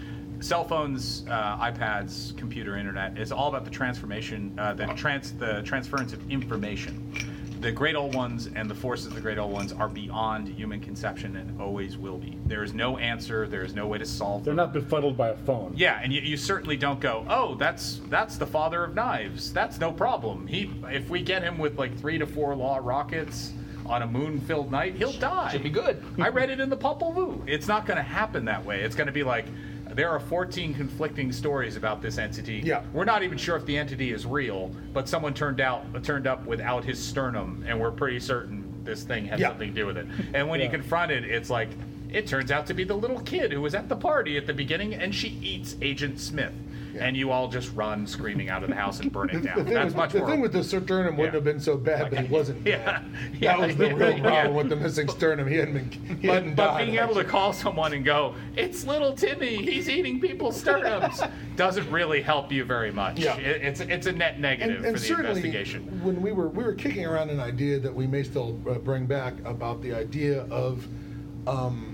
[SPEAKER 4] cell phones, uh, iPads, computer, internet. It's all about the transformation, uh, the trans, the transference of information. The great old ones and the forces of the great old ones are beyond human conception and always will be. There is no answer. There is no way to solve.
[SPEAKER 1] They're
[SPEAKER 4] them.
[SPEAKER 1] not befuddled by a phone.
[SPEAKER 4] Yeah, and you, you certainly don't go, oh, that's that's the father of knives. That's no problem. He, if we get him with like three to four law rockets on a moon-filled night, he'll die.
[SPEAKER 16] Should be good.
[SPEAKER 4] I read it in the Popol Vuh. It's not going to happen that way. It's going to be like there are 14 conflicting stories about this entity.
[SPEAKER 6] Yeah.
[SPEAKER 4] We're not even sure if the entity is real, but someone turned out turned up without his sternum and we're pretty certain this thing has
[SPEAKER 6] Yeah.
[SPEAKER 4] something to do with it. And when you confront it, it's like it turns out to be the little kid who was at the party at the beginning and she eats Agent Smith. And you all just run screaming out of the house and burn it down.
[SPEAKER 6] The thing,
[SPEAKER 4] That's
[SPEAKER 6] with,
[SPEAKER 4] much
[SPEAKER 6] the
[SPEAKER 4] more.
[SPEAKER 6] thing with the sternum
[SPEAKER 4] Yeah.
[SPEAKER 6] wouldn't have been so bad, but it wasn't.
[SPEAKER 4] yeah.
[SPEAKER 6] Bad.
[SPEAKER 4] Yeah,
[SPEAKER 6] that was the
[SPEAKER 4] yeah,
[SPEAKER 6] real
[SPEAKER 4] yeah.
[SPEAKER 6] problem with the missing sternum. He hadn't been. He hadn't
[SPEAKER 4] But, but
[SPEAKER 6] died,
[SPEAKER 4] being able to
[SPEAKER 6] actually.
[SPEAKER 4] call someone and go, it's little Timmy, he's eating people's sternums, doesn't really help you very much.
[SPEAKER 6] Yeah.
[SPEAKER 4] It- it's, it's a net negative
[SPEAKER 6] and, and
[SPEAKER 4] for the
[SPEAKER 6] certainly
[SPEAKER 4] investigation.
[SPEAKER 6] when we were we were kicking around an idea that we may still uh, bring back about the idea of um,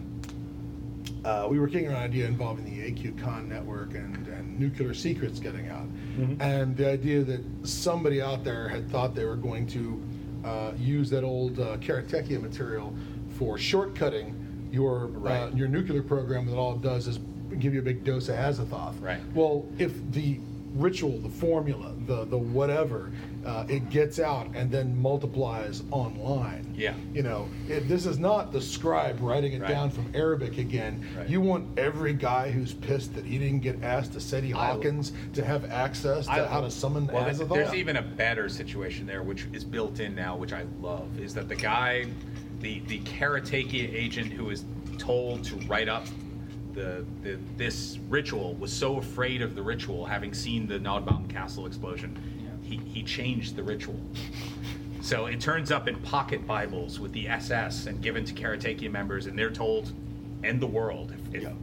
[SPEAKER 6] uh, we were kicking around an idea involving the AQCon network and, and nuclear secrets getting out
[SPEAKER 4] Mm-hmm.
[SPEAKER 6] and the idea that somebody out there had thought they were going to uh, use that old uh, Karateka material for shortcutting your uh,
[SPEAKER 4] Right.
[SPEAKER 6] your nuclear program that all it does is give you a big dose of Hazathoth
[SPEAKER 4] Right.
[SPEAKER 6] well, if the ritual, the formula, the the whatever, uh, it gets out and then multiplies online.
[SPEAKER 4] Yeah.
[SPEAKER 6] You know, it, this is not the scribe writing it
[SPEAKER 4] Right.
[SPEAKER 6] down from Arabic again.
[SPEAKER 4] Right.
[SPEAKER 6] You want every guy who's pissed that he didn't get asked to SETI Hawkins to have access to
[SPEAKER 4] I-
[SPEAKER 6] how to summon
[SPEAKER 4] Well,
[SPEAKER 6] Azathoth.
[SPEAKER 4] there's even a better situation there, which is built in now, which I love, is that the guy, the the Karateki agent who is told to write up the, the this ritual was so afraid of the ritual, having seen the Nodbomb Castle explosion, he, he changed the ritual. So it turns up in pocket Bibles with the SS and given to Karatakian members, and they're told, "End the world if if, if,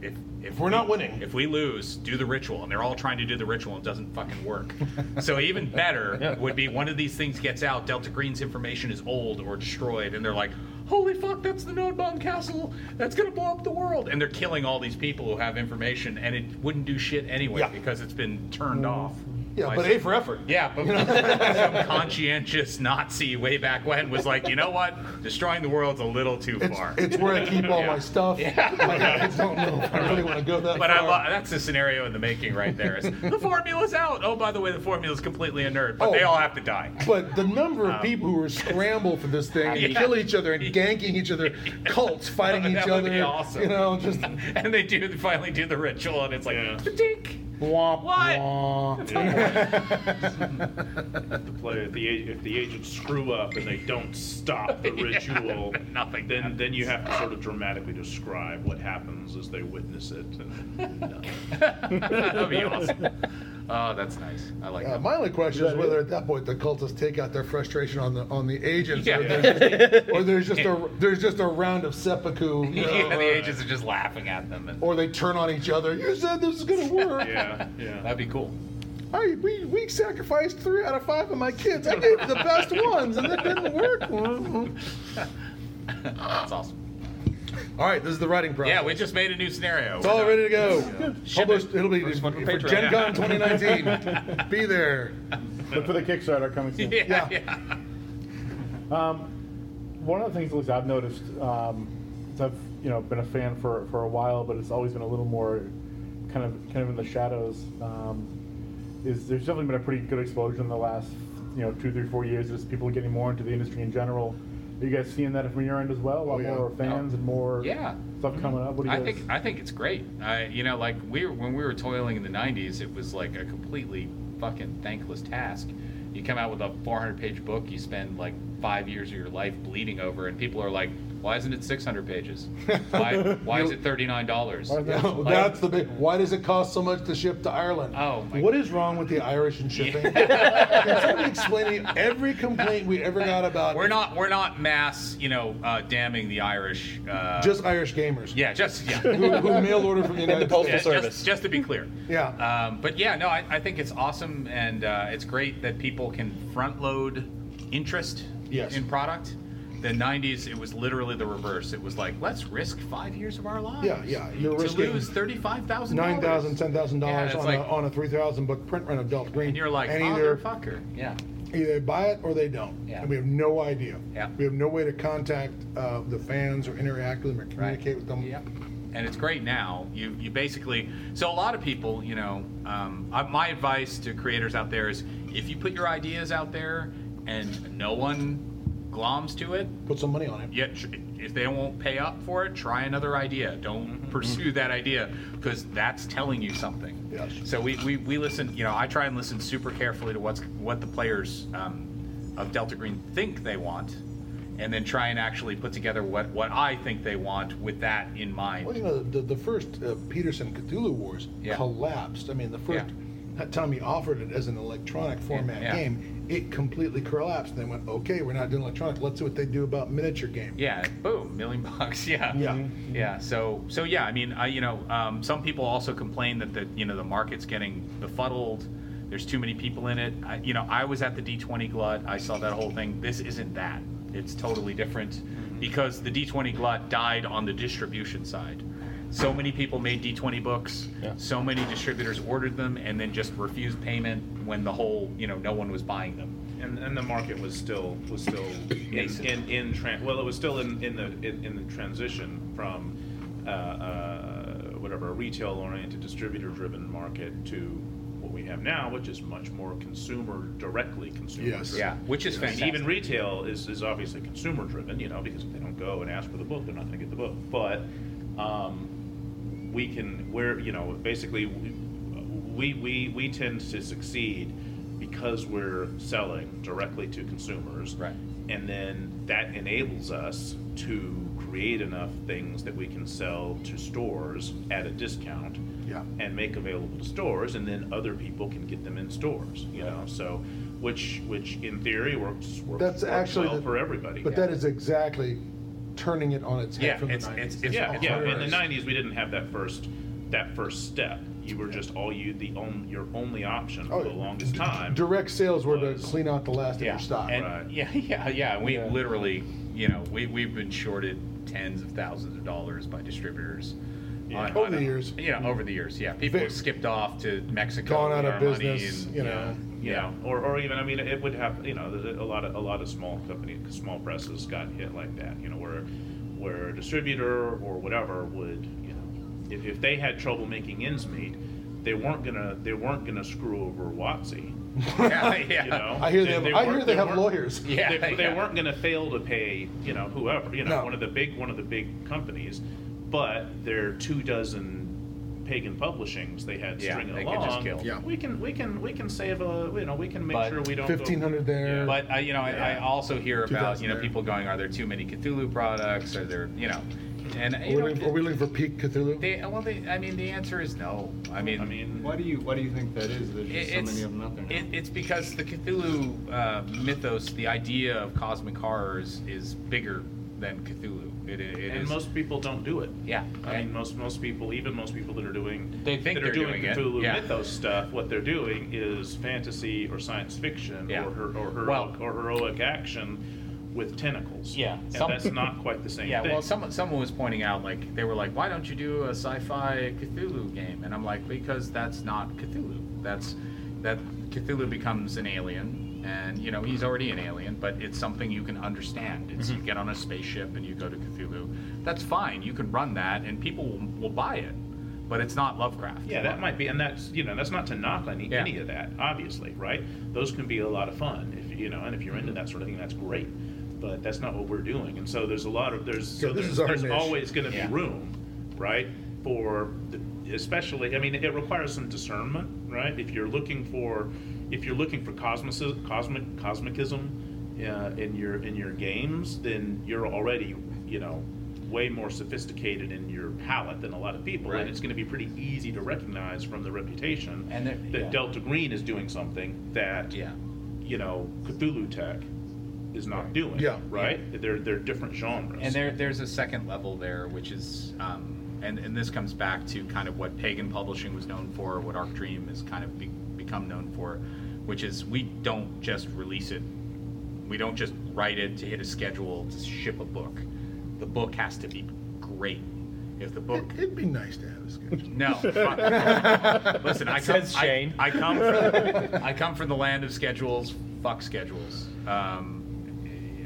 [SPEAKER 4] if,
[SPEAKER 12] If we're not winning."
[SPEAKER 4] If we lose, do the ritual." And they're all trying to do the ritual, and it doesn't fucking work. so even better would be one of these things gets out. Delta Green's information is old or destroyed, and they're like. Holy fuck, that's the node bomb castle. That's gonna blow up the world. And they're killing all these people who have information, and it wouldn't do shit anyway
[SPEAKER 12] Yeah.
[SPEAKER 4] because it's been turned off.
[SPEAKER 12] Yeah,
[SPEAKER 4] by
[SPEAKER 12] but
[SPEAKER 4] some-
[SPEAKER 12] A for effort.
[SPEAKER 4] yeah, but some conscientious Nazi way back when was like, you know what? Destroying the world's a little too
[SPEAKER 6] It's,
[SPEAKER 4] far.
[SPEAKER 6] it's where I keep all my
[SPEAKER 4] Yeah.
[SPEAKER 6] stuff. I don't know if I really want to go that
[SPEAKER 4] but I
[SPEAKER 6] far.
[SPEAKER 4] lo- that's the scenario in the making right there. Is, the formula's out. Oh, by the way, the formula's completely inert, but they Um,
[SPEAKER 6] Oh.
[SPEAKER 4] all have to die.
[SPEAKER 17] But the number of people who are scrambled for this thing and
[SPEAKER 4] Yeah.
[SPEAKER 17] kill each other and ganking each other, cults fighting each
[SPEAKER 4] that
[SPEAKER 17] other,
[SPEAKER 4] would be awesome.
[SPEAKER 17] you know, just
[SPEAKER 6] uh,
[SPEAKER 4] and they do finally do the ritual, and it's like,
[SPEAKER 7] Yeah.
[SPEAKER 4] "Tink."
[SPEAKER 17] womp
[SPEAKER 4] What?
[SPEAKER 17] womp.
[SPEAKER 7] the play if the a- if the agents screw up and they don't stop the ritual,
[SPEAKER 4] nothing
[SPEAKER 7] Then
[SPEAKER 4] happens.
[SPEAKER 7] then you have to sort of dramatically describe what happens as they witness it. And nothing.
[SPEAKER 4] that'd be awesome. Oh, that's nice. I like
[SPEAKER 6] Uh,
[SPEAKER 4] that.
[SPEAKER 6] my only question is whether at that point the cultists take out their frustration on the on the agents, or,
[SPEAKER 4] Yeah.
[SPEAKER 17] Yeah.
[SPEAKER 6] there's just, or there's just a there's just a round of seppuku, you know,
[SPEAKER 4] yeah, the agents are just laughing at them, and
[SPEAKER 6] or they turn on each other. You said this is gonna work.
[SPEAKER 7] yeah, yeah.
[SPEAKER 4] that'd be cool.
[SPEAKER 6] I, we, we sacrificed three out of five of my kids. I gave the best ones, and that didn't work.
[SPEAKER 4] That's awesome.
[SPEAKER 17] All right, this is the writing process.
[SPEAKER 4] Yeah, we just made a new scenario.
[SPEAKER 17] It's all ready to go.
[SPEAKER 4] Ship it.
[SPEAKER 17] Published, it'll be
[SPEAKER 12] First
[SPEAKER 17] for
[SPEAKER 12] one for Patreon.
[SPEAKER 17] Gen Con 2019. Be there.
[SPEAKER 1] Look for the Kickstarter coming soon.
[SPEAKER 4] Yeah,
[SPEAKER 17] Yeah.
[SPEAKER 4] yeah.
[SPEAKER 1] Um, one of the things, at least I've noticed, um, is I've you know been a fan for, for a while, but it's always been a little more kind of kind of in the shadows. Um, is there's definitely been a pretty good explosion in the last you know two, three, four years. Just people getting more into the industry in general. Are you guys seeing that from your end as well? A lot
[SPEAKER 6] Oh, yeah.
[SPEAKER 1] more fans and more
[SPEAKER 4] Yeah.
[SPEAKER 1] stuff coming up. What do you
[SPEAKER 4] I
[SPEAKER 1] guys?
[SPEAKER 4] think I think it's great. I you know like we were- when we were toiling in the '90s, it was like a completely fucking thankless task. You come out with a 400-page book, you spend like five years of your life bleeding over, and people are like, "Why isn't it 600 pages? Why why is it 39 dollars?"
[SPEAKER 1] Why is that-
[SPEAKER 6] Well, that's the big. Why does it cost so much to ship to Ireland?
[SPEAKER 4] Oh, my
[SPEAKER 6] What is wrong with the Irish in shipping? Can somebody explain to me every complaint we ever got about
[SPEAKER 4] We're not we're not mass you know uh, damning the Irish. Uh,
[SPEAKER 6] just Irish gamers
[SPEAKER 4] yeah, just yeah.
[SPEAKER 6] who, who mail order from the
[SPEAKER 12] And the
[SPEAKER 6] United
[SPEAKER 12] postal
[SPEAKER 4] Yeah,
[SPEAKER 6] States?
[SPEAKER 12] service.
[SPEAKER 4] Just, just to be clear.
[SPEAKER 6] Yeah.
[SPEAKER 4] Um, but yeah, no, I, I think it's awesome, and uh, it's great that people can front load interest
[SPEAKER 6] Yes.
[SPEAKER 4] in product. The '90s, it was literally the reverse. It was like, let's risk five years of our lives.
[SPEAKER 6] Yeah, yeah, you're
[SPEAKER 4] to
[SPEAKER 6] risking
[SPEAKER 4] lose thirty-five thousand.
[SPEAKER 6] Nine thousand, ten thousand
[SPEAKER 4] Yeah,
[SPEAKER 6] dollars
[SPEAKER 4] it's
[SPEAKER 6] on,
[SPEAKER 4] like-
[SPEAKER 6] a, on a three thousand book print run of Delta Green,
[SPEAKER 4] And you're like,
[SPEAKER 6] and either
[SPEAKER 4] motherfucker. Yeah.
[SPEAKER 6] either they buy it or they don't,
[SPEAKER 4] Yeah.
[SPEAKER 6] and we have no idea.
[SPEAKER 4] Yeah.
[SPEAKER 6] We have no way to contact uh, the fans or interact with them or communicate with them.
[SPEAKER 4] Yep. And it's great now. You you basically so a lot of people, you know, um, I, my advice to creators out there is if you put your ideas out there and no one gloms to it,
[SPEAKER 6] Put some money on it.
[SPEAKER 4] yet tr- if they won't pay up for it, try another idea. Don't pursue that idea because that's telling you something.
[SPEAKER 6] Yes.
[SPEAKER 4] So we, we, we listen, you know, I try and listen super carefully to what's what the players um, of Delta Green think they want and then try and actually put together what, what I think they want with that in mind.
[SPEAKER 6] Well, you know, the, the first uh, Peterson Cthulhu Wars
[SPEAKER 4] Yeah.
[SPEAKER 6] collapsed. I mean, the first that time he offered it as an electronic format
[SPEAKER 4] yeah.
[SPEAKER 6] game, it completely collapsed. And they went, okay, we're not doing electronic. Let's see what they do about miniature game.
[SPEAKER 4] Yeah, boom, million bucks. Yeah,
[SPEAKER 6] Yeah.
[SPEAKER 4] yeah. So, so yeah. I mean, I you know, um, some people also complain that the you know the market's getting befuddled. There's too many people in it. I, you know, I was at the D20 glut. I saw that whole thing. This isn't that. It's totally different because the D20 glut died on the distribution side. So many people made D20 books.
[SPEAKER 18] Yeah.
[SPEAKER 4] So many distributors ordered them and then just refused payment when the whole you know no one was buying them.
[SPEAKER 7] And, and the market was still was still in in, in tran- well, it was still in, in the in, in the transition from uh, uh, whatever a retail oriented distributor driven market to what we have now, which is much more consumer directly consumer.
[SPEAKER 6] Yes.
[SPEAKER 4] Yeah, which is
[SPEAKER 7] And
[SPEAKER 4] fantastic.
[SPEAKER 7] even retail is, is obviously consumer driven, you know, because if they don't go and ask for the book, they're not going to get the book. But um, we can, we're, you know, basically, we, we, we tend to succeed because we're selling directly to consumers.
[SPEAKER 4] Right.
[SPEAKER 7] And then that enables us to create enough things that we can sell to stores at a discount
[SPEAKER 8] Yeah.
[SPEAKER 7] and make available to stores, and then other people can get them in stores. You know, so which which in theory works works,
[SPEAKER 8] That's
[SPEAKER 7] works
[SPEAKER 8] actually
[SPEAKER 7] well
[SPEAKER 8] the-
[SPEAKER 7] for everybody.
[SPEAKER 8] But that is exactly turning it on its head
[SPEAKER 4] Yeah,
[SPEAKER 8] from the
[SPEAKER 4] it's-
[SPEAKER 8] 90s.
[SPEAKER 4] it's- it's
[SPEAKER 7] yeah,
[SPEAKER 8] all
[SPEAKER 7] yeah. In
[SPEAKER 8] terrorized.
[SPEAKER 7] the '90s, we didn't have that first that first step. You were just all you the only your only option for the longest
[SPEAKER 8] Oh, d-
[SPEAKER 7] time.
[SPEAKER 8] Direct sales were to
[SPEAKER 7] was-
[SPEAKER 8] clean out the last of your stock.
[SPEAKER 4] And,
[SPEAKER 7] Right.
[SPEAKER 4] Yeah, yeah, yeah. We
[SPEAKER 1] Yeah.
[SPEAKER 4] literally, you know, we we've been shorted tens of thousands of dollars by distributors.
[SPEAKER 7] Yeah.
[SPEAKER 4] on-
[SPEAKER 8] Over
[SPEAKER 4] on
[SPEAKER 8] the
[SPEAKER 4] a-
[SPEAKER 8] years.
[SPEAKER 4] Yeah, over the years. Yeah, people
[SPEAKER 8] Ve-
[SPEAKER 4] have skipped off to Mexico.
[SPEAKER 8] Gone
[SPEAKER 4] with
[SPEAKER 8] out of
[SPEAKER 4] our money
[SPEAKER 8] business, you
[SPEAKER 4] yeah,
[SPEAKER 8] know.
[SPEAKER 4] Yeah.
[SPEAKER 7] Yeah, or, or even I mean, it would happen. You know, there's a lot of a lot of small company, small presses got hit like that. You know, where where a distributor or whatever would, you know, if, if they had trouble making ends meet, they weren't gonna they weren't gonna screw over Watsy.
[SPEAKER 4] yeah, yeah.
[SPEAKER 7] You know,
[SPEAKER 8] I hear they, I hear
[SPEAKER 7] weren't-
[SPEAKER 8] they have
[SPEAKER 7] weren't-
[SPEAKER 8] lawyers.
[SPEAKER 4] Yeah,
[SPEAKER 7] they, they
[SPEAKER 4] yeah.
[SPEAKER 7] weren't going to fail to pay, you know, whoever, you know,
[SPEAKER 8] No.
[SPEAKER 7] one of the big one of the big companies, but their two dozen pagan publishings they had
[SPEAKER 4] Yeah,
[SPEAKER 7] stringing
[SPEAKER 4] they could
[SPEAKER 7] along.
[SPEAKER 4] just kill.
[SPEAKER 8] Yeah.
[SPEAKER 7] We can we can we can save a you know we can make
[SPEAKER 4] But
[SPEAKER 7] sure we don't go-
[SPEAKER 8] 1500 there.
[SPEAKER 4] But I, you know, I, I also hear about
[SPEAKER 8] 2000
[SPEAKER 4] you know
[SPEAKER 8] there.
[SPEAKER 4] people going, are there too many Cthulhu products? Are there you know, and
[SPEAKER 8] Are
[SPEAKER 4] you
[SPEAKER 8] we,
[SPEAKER 4] know,
[SPEAKER 8] looking, are we looking for peak Cthulhu?
[SPEAKER 4] they well, they, I mean, the answer is no. I mean,
[SPEAKER 7] I mean,
[SPEAKER 3] Why do you Why do you think that is? There's just so
[SPEAKER 4] it's,
[SPEAKER 3] many of them out there now.
[SPEAKER 4] it- it's because the Cthulhu uh, mythos, the idea of cosmic horror is, is bigger than Cthulhu. It, it, it
[SPEAKER 7] and
[SPEAKER 4] is-
[SPEAKER 7] most people don't do it.
[SPEAKER 4] yeah.
[SPEAKER 7] I mean,
[SPEAKER 4] and-
[SPEAKER 7] most most people, even most people that are doing
[SPEAKER 4] They think
[SPEAKER 7] that are
[SPEAKER 4] they're doing it,
[SPEAKER 7] Cthulhu
[SPEAKER 4] yeah.
[SPEAKER 7] mythos stuff, what they're doing is fantasy or science fiction
[SPEAKER 4] Yeah.
[SPEAKER 7] or her, or heroic
[SPEAKER 4] Well-
[SPEAKER 7] or heroic action with tentacles.
[SPEAKER 4] Yeah,
[SPEAKER 7] and
[SPEAKER 4] some-
[SPEAKER 7] that's not quite the same
[SPEAKER 4] yeah,
[SPEAKER 7] thing.
[SPEAKER 4] well, someone someone was pointing out like they were like, why don't you do a sci-fi Cthulhu game? And I'm like, because that's not Cthulhu. That's that Cthulhu becomes an alien, and you know he's already an alien, but it's something you can understand. It's
[SPEAKER 7] Mm-hmm.
[SPEAKER 4] you get on a spaceship and you go to Cthulhu. That's fine. You can run that, and people will, will buy it, but it's not Lovecraft.
[SPEAKER 7] Yeah, that might be, and that's you know that's not to knock on any,
[SPEAKER 4] Yeah.
[SPEAKER 7] any of that, obviously, right? Those can be a lot of fun if you know, and if you're into that sort of thing, that's great. But that's not what we're doing, and so there's a lot of there's so
[SPEAKER 8] Yeah, this
[SPEAKER 7] there's,
[SPEAKER 8] is our
[SPEAKER 7] there's
[SPEAKER 8] niche.
[SPEAKER 7] always going to
[SPEAKER 4] Yeah.
[SPEAKER 7] be room, right? For the, especially, I mean, it requires some discernment, right? If you're looking for if you're looking for cosmos cosmic cosmicism uh, in your in your games, then you're already you know way more sophisticated in your palette than a lot of people,
[SPEAKER 4] Right.
[SPEAKER 7] and it's going to be pretty easy to recognize from the reputation
[SPEAKER 4] And there-
[SPEAKER 7] that
[SPEAKER 4] yeah.
[SPEAKER 7] Delta Green is doing something that
[SPEAKER 4] Yeah.
[SPEAKER 7] you know Cthulhu Tech is not doing.
[SPEAKER 8] Yeah.
[SPEAKER 7] right. They're they're different genres.
[SPEAKER 4] And there, there's a second level there, which is, um, and, and this comes back to kind of what Pagan Publishing was known for, what Arc Dream has kind of be, become known for, which is we don't just release it. We don't just write it to hit a schedule to ship a book. The book has to be great. If the book
[SPEAKER 8] It, would be nice to have a schedule.
[SPEAKER 4] no. Uh, fuck. Listen, I come,
[SPEAKER 16] Says
[SPEAKER 4] I-
[SPEAKER 16] Shane.
[SPEAKER 4] I, come from I come from the land of schedules. Fuck schedules. Um,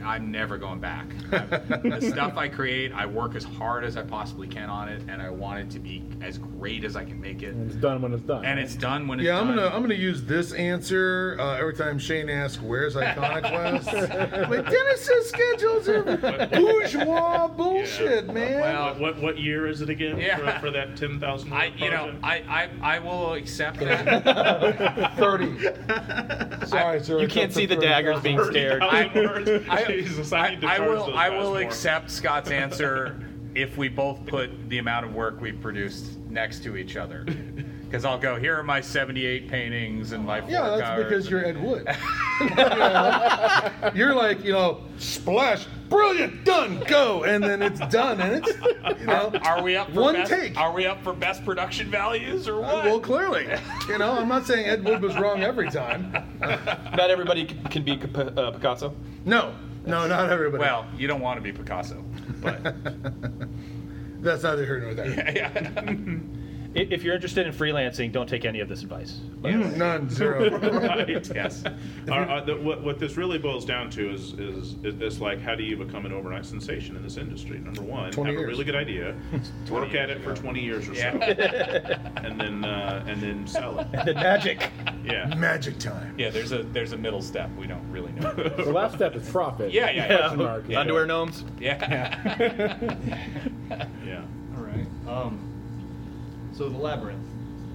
[SPEAKER 4] I'm never going back. I'm- the stuff I create, I work as hard as I possibly can on it, and I want it to be as great as I can make it.
[SPEAKER 1] And it's done when it's done.
[SPEAKER 4] And it's done when it's
[SPEAKER 6] Yeah, I'm
[SPEAKER 4] done.
[SPEAKER 6] gonna I'm gonna use this answer uh, every time Shane asks where's Iconoclast. like Dennis says schedules are bourgeois bullshit, man.
[SPEAKER 4] Well-
[SPEAKER 7] what, what what year is it again
[SPEAKER 4] Yeah.
[SPEAKER 7] for, for that ten thousand?
[SPEAKER 4] I, you know, I, I, I will accept that.
[SPEAKER 8] 30. Sorry, sir.
[SPEAKER 16] You
[SPEAKER 8] it's up
[SPEAKER 16] can't
[SPEAKER 8] to
[SPEAKER 16] see the
[SPEAKER 8] 30.
[SPEAKER 16] daggers being stared.
[SPEAKER 4] I-
[SPEAKER 7] Jesus, I, need to
[SPEAKER 4] I
[SPEAKER 7] charge
[SPEAKER 4] will.
[SPEAKER 7] those
[SPEAKER 4] I
[SPEAKER 7] guys
[SPEAKER 4] will
[SPEAKER 7] more.
[SPEAKER 4] accept Scott's answer if we both put the amount of work we produced next to each other. Because I'll go. Here are my 78 paintings and my. four
[SPEAKER 6] Yeah,
[SPEAKER 4] covers
[SPEAKER 6] that's because
[SPEAKER 4] and-
[SPEAKER 6] you're Ed Wood. You're like, you know, splash, brilliant, done, go, and then it's done, and it's, you know,
[SPEAKER 4] Are we up for
[SPEAKER 6] one
[SPEAKER 4] best,
[SPEAKER 6] take.
[SPEAKER 4] Are we up for best production values or what?
[SPEAKER 6] well, clearly, you know, I'm not saying Ed Wood was wrong every time.
[SPEAKER 16] Not everybody c- can be Cap- uh, Picasso.
[SPEAKER 6] No, no, not everybody.
[SPEAKER 4] Well, you don't want to be Picasso, but
[SPEAKER 6] that's neither here nor there.
[SPEAKER 4] yeah,
[SPEAKER 5] I- If you're interested in freelancing, don't take any of this advice.
[SPEAKER 6] None, zero.
[SPEAKER 4] yes.
[SPEAKER 7] Are, are uh, the, what, what this really boils down to is, is is this like how do you become an overnight sensation in this industry? Number one, have
[SPEAKER 6] 20
[SPEAKER 7] a
[SPEAKER 6] years.
[SPEAKER 7] really good idea, work at it for twenty years or so, and then uh, and then sell it.
[SPEAKER 5] The magic.
[SPEAKER 7] Yeah,
[SPEAKER 6] Magic time.
[SPEAKER 4] Yeah, there's a there's a middle step we don't really know.
[SPEAKER 1] the last step is profit.
[SPEAKER 4] Yeah, yeah,
[SPEAKER 1] Question
[SPEAKER 16] yeah.
[SPEAKER 1] mark.
[SPEAKER 16] Underwear gnomes.
[SPEAKER 4] Yeah.
[SPEAKER 7] yeah.
[SPEAKER 3] All right. Um, so the labyrinth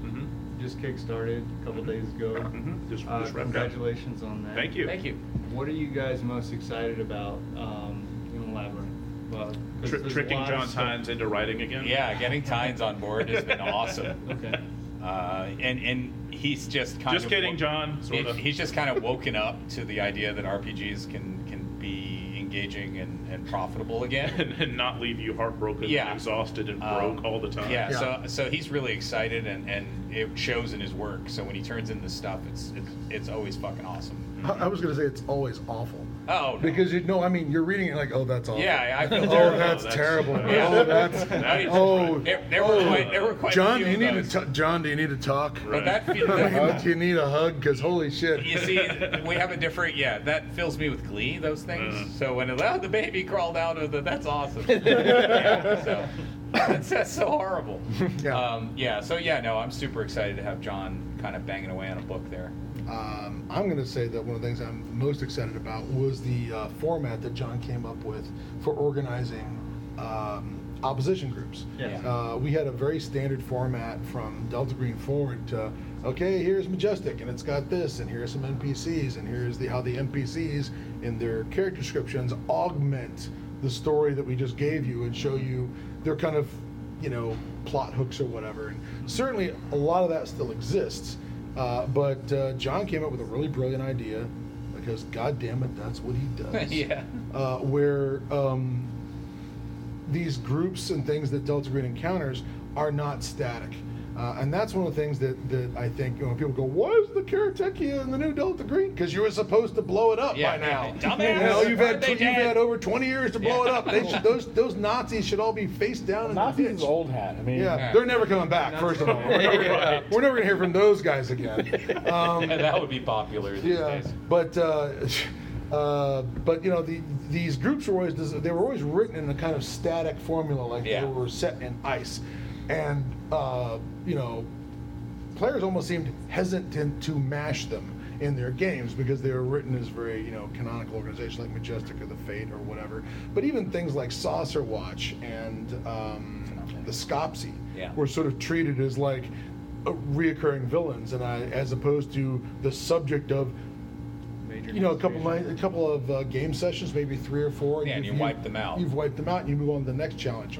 [SPEAKER 7] Mm-hmm.
[SPEAKER 3] just kickstarted a couple days ago.
[SPEAKER 7] Mhm. Mm-hmm. Just-
[SPEAKER 3] Uh,
[SPEAKER 7] just wrapped up.
[SPEAKER 3] congratulations on that.
[SPEAKER 7] Thank you.
[SPEAKER 4] Thank you.
[SPEAKER 3] What are you guys most excited about um, in the labyrinth? Well, 'Cause
[SPEAKER 7] Tri-
[SPEAKER 3] there's a
[SPEAKER 7] tricking
[SPEAKER 3] lot of
[SPEAKER 7] John
[SPEAKER 3] stuff.
[SPEAKER 7] Tynes into writing again.
[SPEAKER 12] Yeah, getting Tynes on board has been awesome.
[SPEAKER 3] Okay.
[SPEAKER 12] Uh, and and he's just kind
[SPEAKER 7] Just
[SPEAKER 12] of
[SPEAKER 7] kidding, John,
[SPEAKER 12] he-
[SPEAKER 7] sorta.
[SPEAKER 12] He's just kind of woken up to the idea that RPGs can can be engaging and, and profitable again.
[SPEAKER 7] and, and not leave you heartbroken
[SPEAKER 12] Yeah.
[SPEAKER 7] and exhausted and
[SPEAKER 12] Um,
[SPEAKER 7] broke all the time.
[SPEAKER 12] Yeah,
[SPEAKER 6] Yeah.
[SPEAKER 12] So, so he's really excited and, and it shows in his work. So when he turns in this stuff, it's it's, it's always fucking awesome.
[SPEAKER 19] I I was gonna say it's always awful
[SPEAKER 12] Oh, no.
[SPEAKER 19] because you know I mean you're reading it like oh that's awful.
[SPEAKER 12] yeah, I feel
[SPEAKER 19] Oh,
[SPEAKER 12] terrible.
[SPEAKER 19] that's
[SPEAKER 7] that's-
[SPEAKER 19] terrible.
[SPEAKER 12] Yeah.
[SPEAKER 19] Oh, that's
[SPEAKER 12] That is-
[SPEAKER 19] oh.
[SPEAKER 12] There, there were quite, there were quite a
[SPEAKER 19] John,
[SPEAKER 12] few
[SPEAKER 19] do you
[SPEAKER 12] of
[SPEAKER 19] need
[SPEAKER 12] those.
[SPEAKER 19] to t- John, do you need to talk?
[SPEAKER 12] But that, fe-
[SPEAKER 19] Hug,
[SPEAKER 6] Uh-huh.
[SPEAKER 12] that
[SPEAKER 19] do you need a hug? Because holy shit.
[SPEAKER 12] you see, we have a different. Yeah, that fills me with glee. Those things. So when it, oh, the baby crawled out of the, that's awesome. yeah, so that's, that's so horrible.
[SPEAKER 19] Yeah.
[SPEAKER 12] Um, yeah. So yeah, no, I'm super excited to have John kind of banging away on a book there.
[SPEAKER 6] Um, I'm going to say that one of the things I'm most excited about was the uh, format that John came up with for organizing um, opposition groups.
[SPEAKER 3] Yeah.
[SPEAKER 6] Uh, we had a very standard format from Delta Green forward to, okay, here's Majestic, and it's got this, and here's some NPCs, and here's the how the NPCs in their character descriptions augment the story that we just gave you and show you their kind of, you know, plot hooks or whatever. And certainly a lot of that still exists. Uh, but uh, John came up with a really brilliant idea because, God damn it, that's what he does.
[SPEAKER 12] yeah.
[SPEAKER 6] Uh, where um, these groups and things that Delta Green encounters are not static. Uh, and that's one of the things that, that I think you know, people go, why is the Karatekia in the new Delta Green? Because you were supposed to blow it up
[SPEAKER 12] Yeah,
[SPEAKER 6] by now.
[SPEAKER 12] dumbass,
[SPEAKER 6] You know, you've had,
[SPEAKER 12] aren't they
[SPEAKER 6] you've
[SPEAKER 12] dead?
[SPEAKER 6] had over 20 years to blow it
[SPEAKER 12] Yeah.
[SPEAKER 6] up. They should, those, those Nazis should all be face down in
[SPEAKER 1] Nazis
[SPEAKER 6] the ditch.
[SPEAKER 1] is old hat. I mean,
[SPEAKER 6] Yeah,
[SPEAKER 12] Yeah.
[SPEAKER 6] they're never coming back. First of all, we're never,
[SPEAKER 20] Yeah.
[SPEAKER 6] we're never gonna hear from those guys again. Um,
[SPEAKER 12] Yeah, that would be popular these
[SPEAKER 6] yeah,
[SPEAKER 12] days.
[SPEAKER 6] but uh, uh, but you know the, these groups were always they were always written in a kind of static formula, like
[SPEAKER 12] Yeah.
[SPEAKER 6] they were set in ice, and uh, you know players almost seemed hesitant to mash them in their games because they were written as very you know canonical organizations like Majestic or the Fate or whatever. But even things like Saucer Watch and um, the Scopsy
[SPEAKER 12] Yeah.
[SPEAKER 6] were sort of treated as like uh, reoccurring villains, and I as opposed to the subject of
[SPEAKER 3] Major
[SPEAKER 6] you know a couple
[SPEAKER 3] consideration.
[SPEAKER 6] night, a couple of uh, game sessions, maybe three or four.
[SPEAKER 12] Yeah, and
[SPEAKER 6] you've-
[SPEAKER 12] you wipe
[SPEAKER 6] you've-
[SPEAKER 12] them out.
[SPEAKER 6] You've wiped them out, and you move on to the next challenge.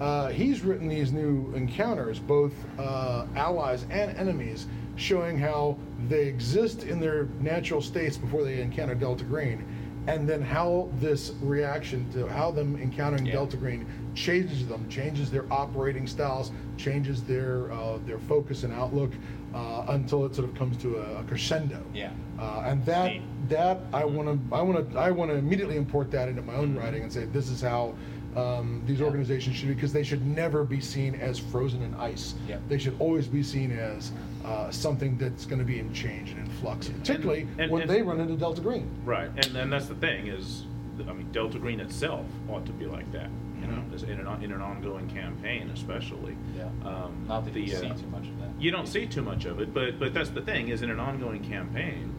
[SPEAKER 6] Uh, he's written these new encounters, both uh, allies and enemies, showing how they exist in their natural states before they encounter Delta Green, and then how this reaction to how them encountering
[SPEAKER 12] Yeah.
[SPEAKER 6] Delta Green changes them, changes their operating styles, changes their uh, their focus and outlook, uh, until it sort of comes to a, a crescendo.
[SPEAKER 12] Yeah.
[SPEAKER 6] Uh, and that
[SPEAKER 12] Neat.
[SPEAKER 6] that I want to I want to I want to immediately import that into my own writing and say this is how um, these organizations should be because they should never be seen as frozen in ice.
[SPEAKER 12] Yep.
[SPEAKER 6] They should always be seen as uh, something that's going to be in change and in flux, particularly
[SPEAKER 7] and-
[SPEAKER 6] when
[SPEAKER 7] and-
[SPEAKER 6] they run into Delta Green.
[SPEAKER 7] Right, and and that's the thing is, I mean, Delta Green itself ought to be like that, you know, as in an on- in an ongoing campaign, especially.
[SPEAKER 12] Mm-hmm. Yeah.
[SPEAKER 7] Um,
[SPEAKER 12] Not that you
[SPEAKER 7] the, uh,
[SPEAKER 12] see too much of that.
[SPEAKER 7] You don't see too much of it, but but that's the thing is in an ongoing campaign,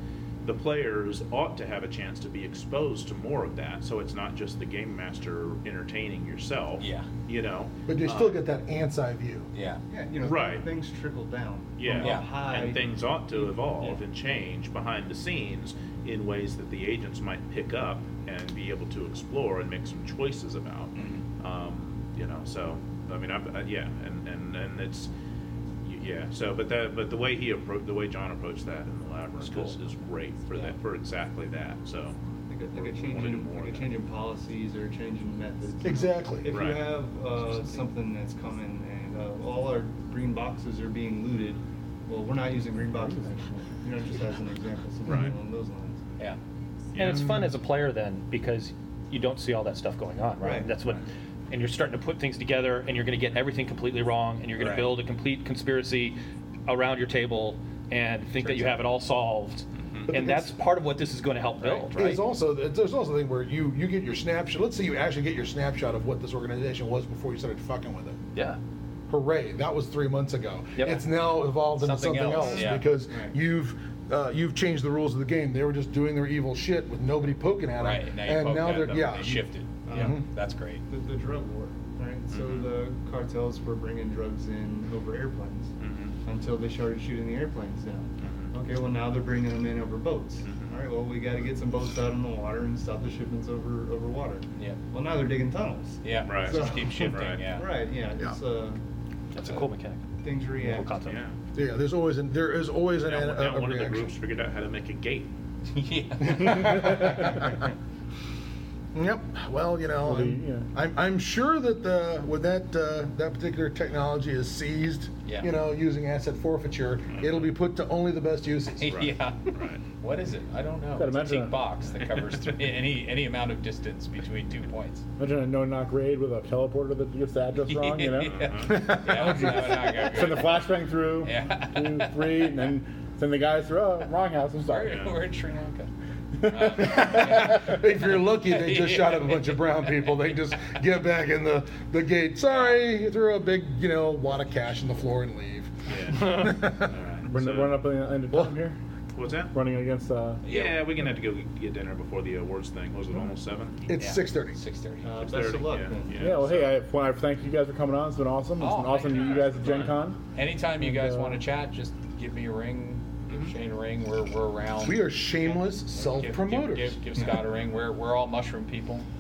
[SPEAKER 7] the players ought to have a chance to be exposed to more of that, so it's not just the game master entertaining yourself.
[SPEAKER 12] Yeah.
[SPEAKER 7] You know.
[SPEAKER 6] But you
[SPEAKER 7] Um,
[SPEAKER 6] still get that ant's eye view.
[SPEAKER 12] Yeah.
[SPEAKER 3] Yeah, you know,
[SPEAKER 7] Right.
[SPEAKER 3] things trickle down. from
[SPEAKER 7] Yeah.
[SPEAKER 3] up
[SPEAKER 12] Yeah.
[SPEAKER 3] High.
[SPEAKER 7] And things ought to evolve
[SPEAKER 3] Yeah.
[SPEAKER 7] and change behind the scenes in ways that the agents might pick up and be able to explore and make some choices about.
[SPEAKER 12] Mm-hmm.
[SPEAKER 7] Um, you know, so I mean, I, I, yeah, and, and and it's y- yeah. So, but that but the way he approached the way John approached that in the labyrinth
[SPEAKER 12] cool.
[SPEAKER 7] is, is great for
[SPEAKER 12] Yeah.
[SPEAKER 7] that for exactly that. So
[SPEAKER 3] like a, like
[SPEAKER 7] we're-
[SPEAKER 3] a
[SPEAKER 7] we
[SPEAKER 3] change
[SPEAKER 7] wanna do
[SPEAKER 3] in
[SPEAKER 7] more
[SPEAKER 3] like
[SPEAKER 7] of
[SPEAKER 3] a
[SPEAKER 7] that.
[SPEAKER 3] change in policies or a change in methods. you know.
[SPEAKER 6] Exactly.
[SPEAKER 3] If
[SPEAKER 7] Right.
[SPEAKER 3] you have uh, something that's coming and uh, all our green boxes are being looted, well, we're not using green boxes anymore. You know, just as an example, something
[SPEAKER 7] Right.
[SPEAKER 3] along those lines.
[SPEAKER 12] Yeah.
[SPEAKER 5] And it's fun as a player then because you don't see all that stuff going on, right?
[SPEAKER 3] Right.
[SPEAKER 5] That's what, and you're starting to put things together, and you're going to get everything completely wrong, and you're going
[SPEAKER 12] Right.
[SPEAKER 5] to build a complete conspiracy around your table and think that you have it all solved.
[SPEAKER 6] But
[SPEAKER 5] And
[SPEAKER 6] it's-
[SPEAKER 5] that's part of what this is going to help build, Mm-hmm. right?
[SPEAKER 6] There's also there's also the thing where you you get your snapshot. Let's say you actually get your snapshot of what this organization was before you started fucking with it.
[SPEAKER 5] yeah.
[SPEAKER 6] hooray that was three months ago
[SPEAKER 5] Yep.
[SPEAKER 6] it's now evolved into
[SPEAKER 12] Something
[SPEAKER 6] something,
[SPEAKER 12] else,
[SPEAKER 6] else,
[SPEAKER 12] yeah.
[SPEAKER 6] because
[SPEAKER 3] Right.
[SPEAKER 6] you've uh, you've changed the rules of the game they were just doing their evil shit with nobody poking at them
[SPEAKER 12] Right. Now you
[SPEAKER 6] and
[SPEAKER 12] poke
[SPEAKER 6] now
[SPEAKER 12] at
[SPEAKER 6] they're
[SPEAKER 12] them,
[SPEAKER 6] yeah
[SPEAKER 12] They shifted. Yeah.
[SPEAKER 6] Mhm.
[SPEAKER 12] That's great.
[SPEAKER 3] The, the drug war, right?
[SPEAKER 12] Mm-hmm.
[SPEAKER 3] So the cartels were bringing drugs in over airplanes
[SPEAKER 7] Mhm.
[SPEAKER 12] Mm-hmm.
[SPEAKER 3] until they started shooting the airplanes down. Okay, well now they're bringing them in over boats.
[SPEAKER 12] Mm-hmm.
[SPEAKER 3] All right, well we got to get some boats out on the water and stop the shipments over over water.
[SPEAKER 12] Yeah.
[SPEAKER 3] Well now they're digging tunnels.
[SPEAKER 12] Yeah,
[SPEAKER 7] Right.
[SPEAKER 12] Just keep shifting.
[SPEAKER 7] Right.
[SPEAKER 12] Yeah.
[SPEAKER 3] Right. Yeah. It's uh,
[SPEAKER 5] That's a cool mechanic.
[SPEAKER 3] things
[SPEAKER 5] Cool
[SPEAKER 3] react.
[SPEAKER 5] concept.
[SPEAKER 7] Yeah.
[SPEAKER 6] Yeah, there's always an, there is always an,
[SPEAKER 7] Now,
[SPEAKER 6] an-
[SPEAKER 7] now
[SPEAKER 6] a, a
[SPEAKER 7] one of the
[SPEAKER 6] reaction.
[SPEAKER 7] groups figured out how to make a gate.
[SPEAKER 12] yeah.
[SPEAKER 6] Yep. Well, you know,
[SPEAKER 1] Well, the-
[SPEAKER 6] I'm,
[SPEAKER 1] yeah.
[SPEAKER 6] I'm, I'm sure that the when that uh, that particular technology is seized,
[SPEAKER 12] Yeah. Mm-hmm.
[SPEAKER 6] you know, using asset forfeiture, it'll be put to only the best uses.
[SPEAKER 12] yeah.
[SPEAKER 7] Right.
[SPEAKER 12] What is it? I don't know.
[SPEAKER 1] Gotta
[SPEAKER 12] It's a
[SPEAKER 1] imagine
[SPEAKER 12] teak
[SPEAKER 1] a-
[SPEAKER 12] box that covers three, any any amount of distance between two points.
[SPEAKER 1] Imagine a no-knock raid with a teleporter that gets the address wrong, you know?
[SPEAKER 12] yeah.
[SPEAKER 6] Uh-huh.
[SPEAKER 12] Yeah, no, not good.
[SPEAKER 1] Send the flashbang through,
[SPEAKER 12] Yeah.
[SPEAKER 1] two, three, and then send the guys through, oh, wrong house, I'm
[SPEAKER 12] We're,
[SPEAKER 1] sorry.
[SPEAKER 12] we're in Sri Lanka.
[SPEAKER 6] if you're lucky, they just shot up a bunch of brown people. They just get back in the, the gate. Sorry, you threw a big, you know, wad of cash on the floor and leave.
[SPEAKER 7] Yeah. All right.
[SPEAKER 1] We're
[SPEAKER 7] so-
[SPEAKER 1] running up on the end of
[SPEAKER 6] Well-
[SPEAKER 1] time here.
[SPEAKER 7] What's that?
[SPEAKER 1] Running against, uh,
[SPEAKER 7] Yeah, we're gonna have to go get dinner before the awards thing. Was it almost seven?
[SPEAKER 6] It's
[SPEAKER 12] Yeah.
[SPEAKER 6] 6:30.
[SPEAKER 12] Six thirty.
[SPEAKER 3] Uh, best
[SPEAKER 7] 6:30,
[SPEAKER 3] of luck.
[SPEAKER 7] yeah,
[SPEAKER 3] then.
[SPEAKER 1] yeah, well, hey, I, well, I thank you guys for coming on. It's been awesome. It's
[SPEAKER 12] Oh,
[SPEAKER 1] been
[SPEAKER 12] my
[SPEAKER 1] awesome to meet you
[SPEAKER 12] God,
[SPEAKER 1] guys at
[SPEAKER 12] it's
[SPEAKER 1] Gen
[SPEAKER 12] fun.
[SPEAKER 1] Con.
[SPEAKER 12] Anytime you
[SPEAKER 1] And,
[SPEAKER 12] guys
[SPEAKER 1] uh,
[SPEAKER 12] want to chat, just give me a ring. Give Shane a ring. We're, we're around.
[SPEAKER 6] We are shameless
[SPEAKER 12] Give- give-
[SPEAKER 6] self-promoters.
[SPEAKER 12] Give, give Scott a ring. We're, we're all mushroom people.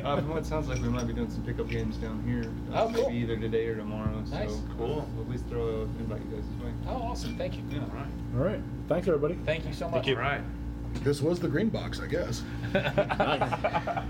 [SPEAKER 3] Uh, from what it sounds like, we might be doing some pickup games down here.
[SPEAKER 12] Oh,
[SPEAKER 3] Uh,
[SPEAKER 12] cool.
[SPEAKER 3] Maybe either today or tomorrow.
[SPEAKER 12] Nice.
[SPEAKER 3] So
[SPEAKER 7] Cool.
[SPEAKER 3] We'll at least throw a invite you guys this way.
[SPEAKER 12] Oh, awesome. Thank you.
[SPEAKER 7] Yeah, right.
[SPEAKER 1] All right. Thanks, everybody.
[SPEAKER 12] Thank you so much.
[SPEAKER 7] All right.
[SPEAKER 6] This was the green box, I guess.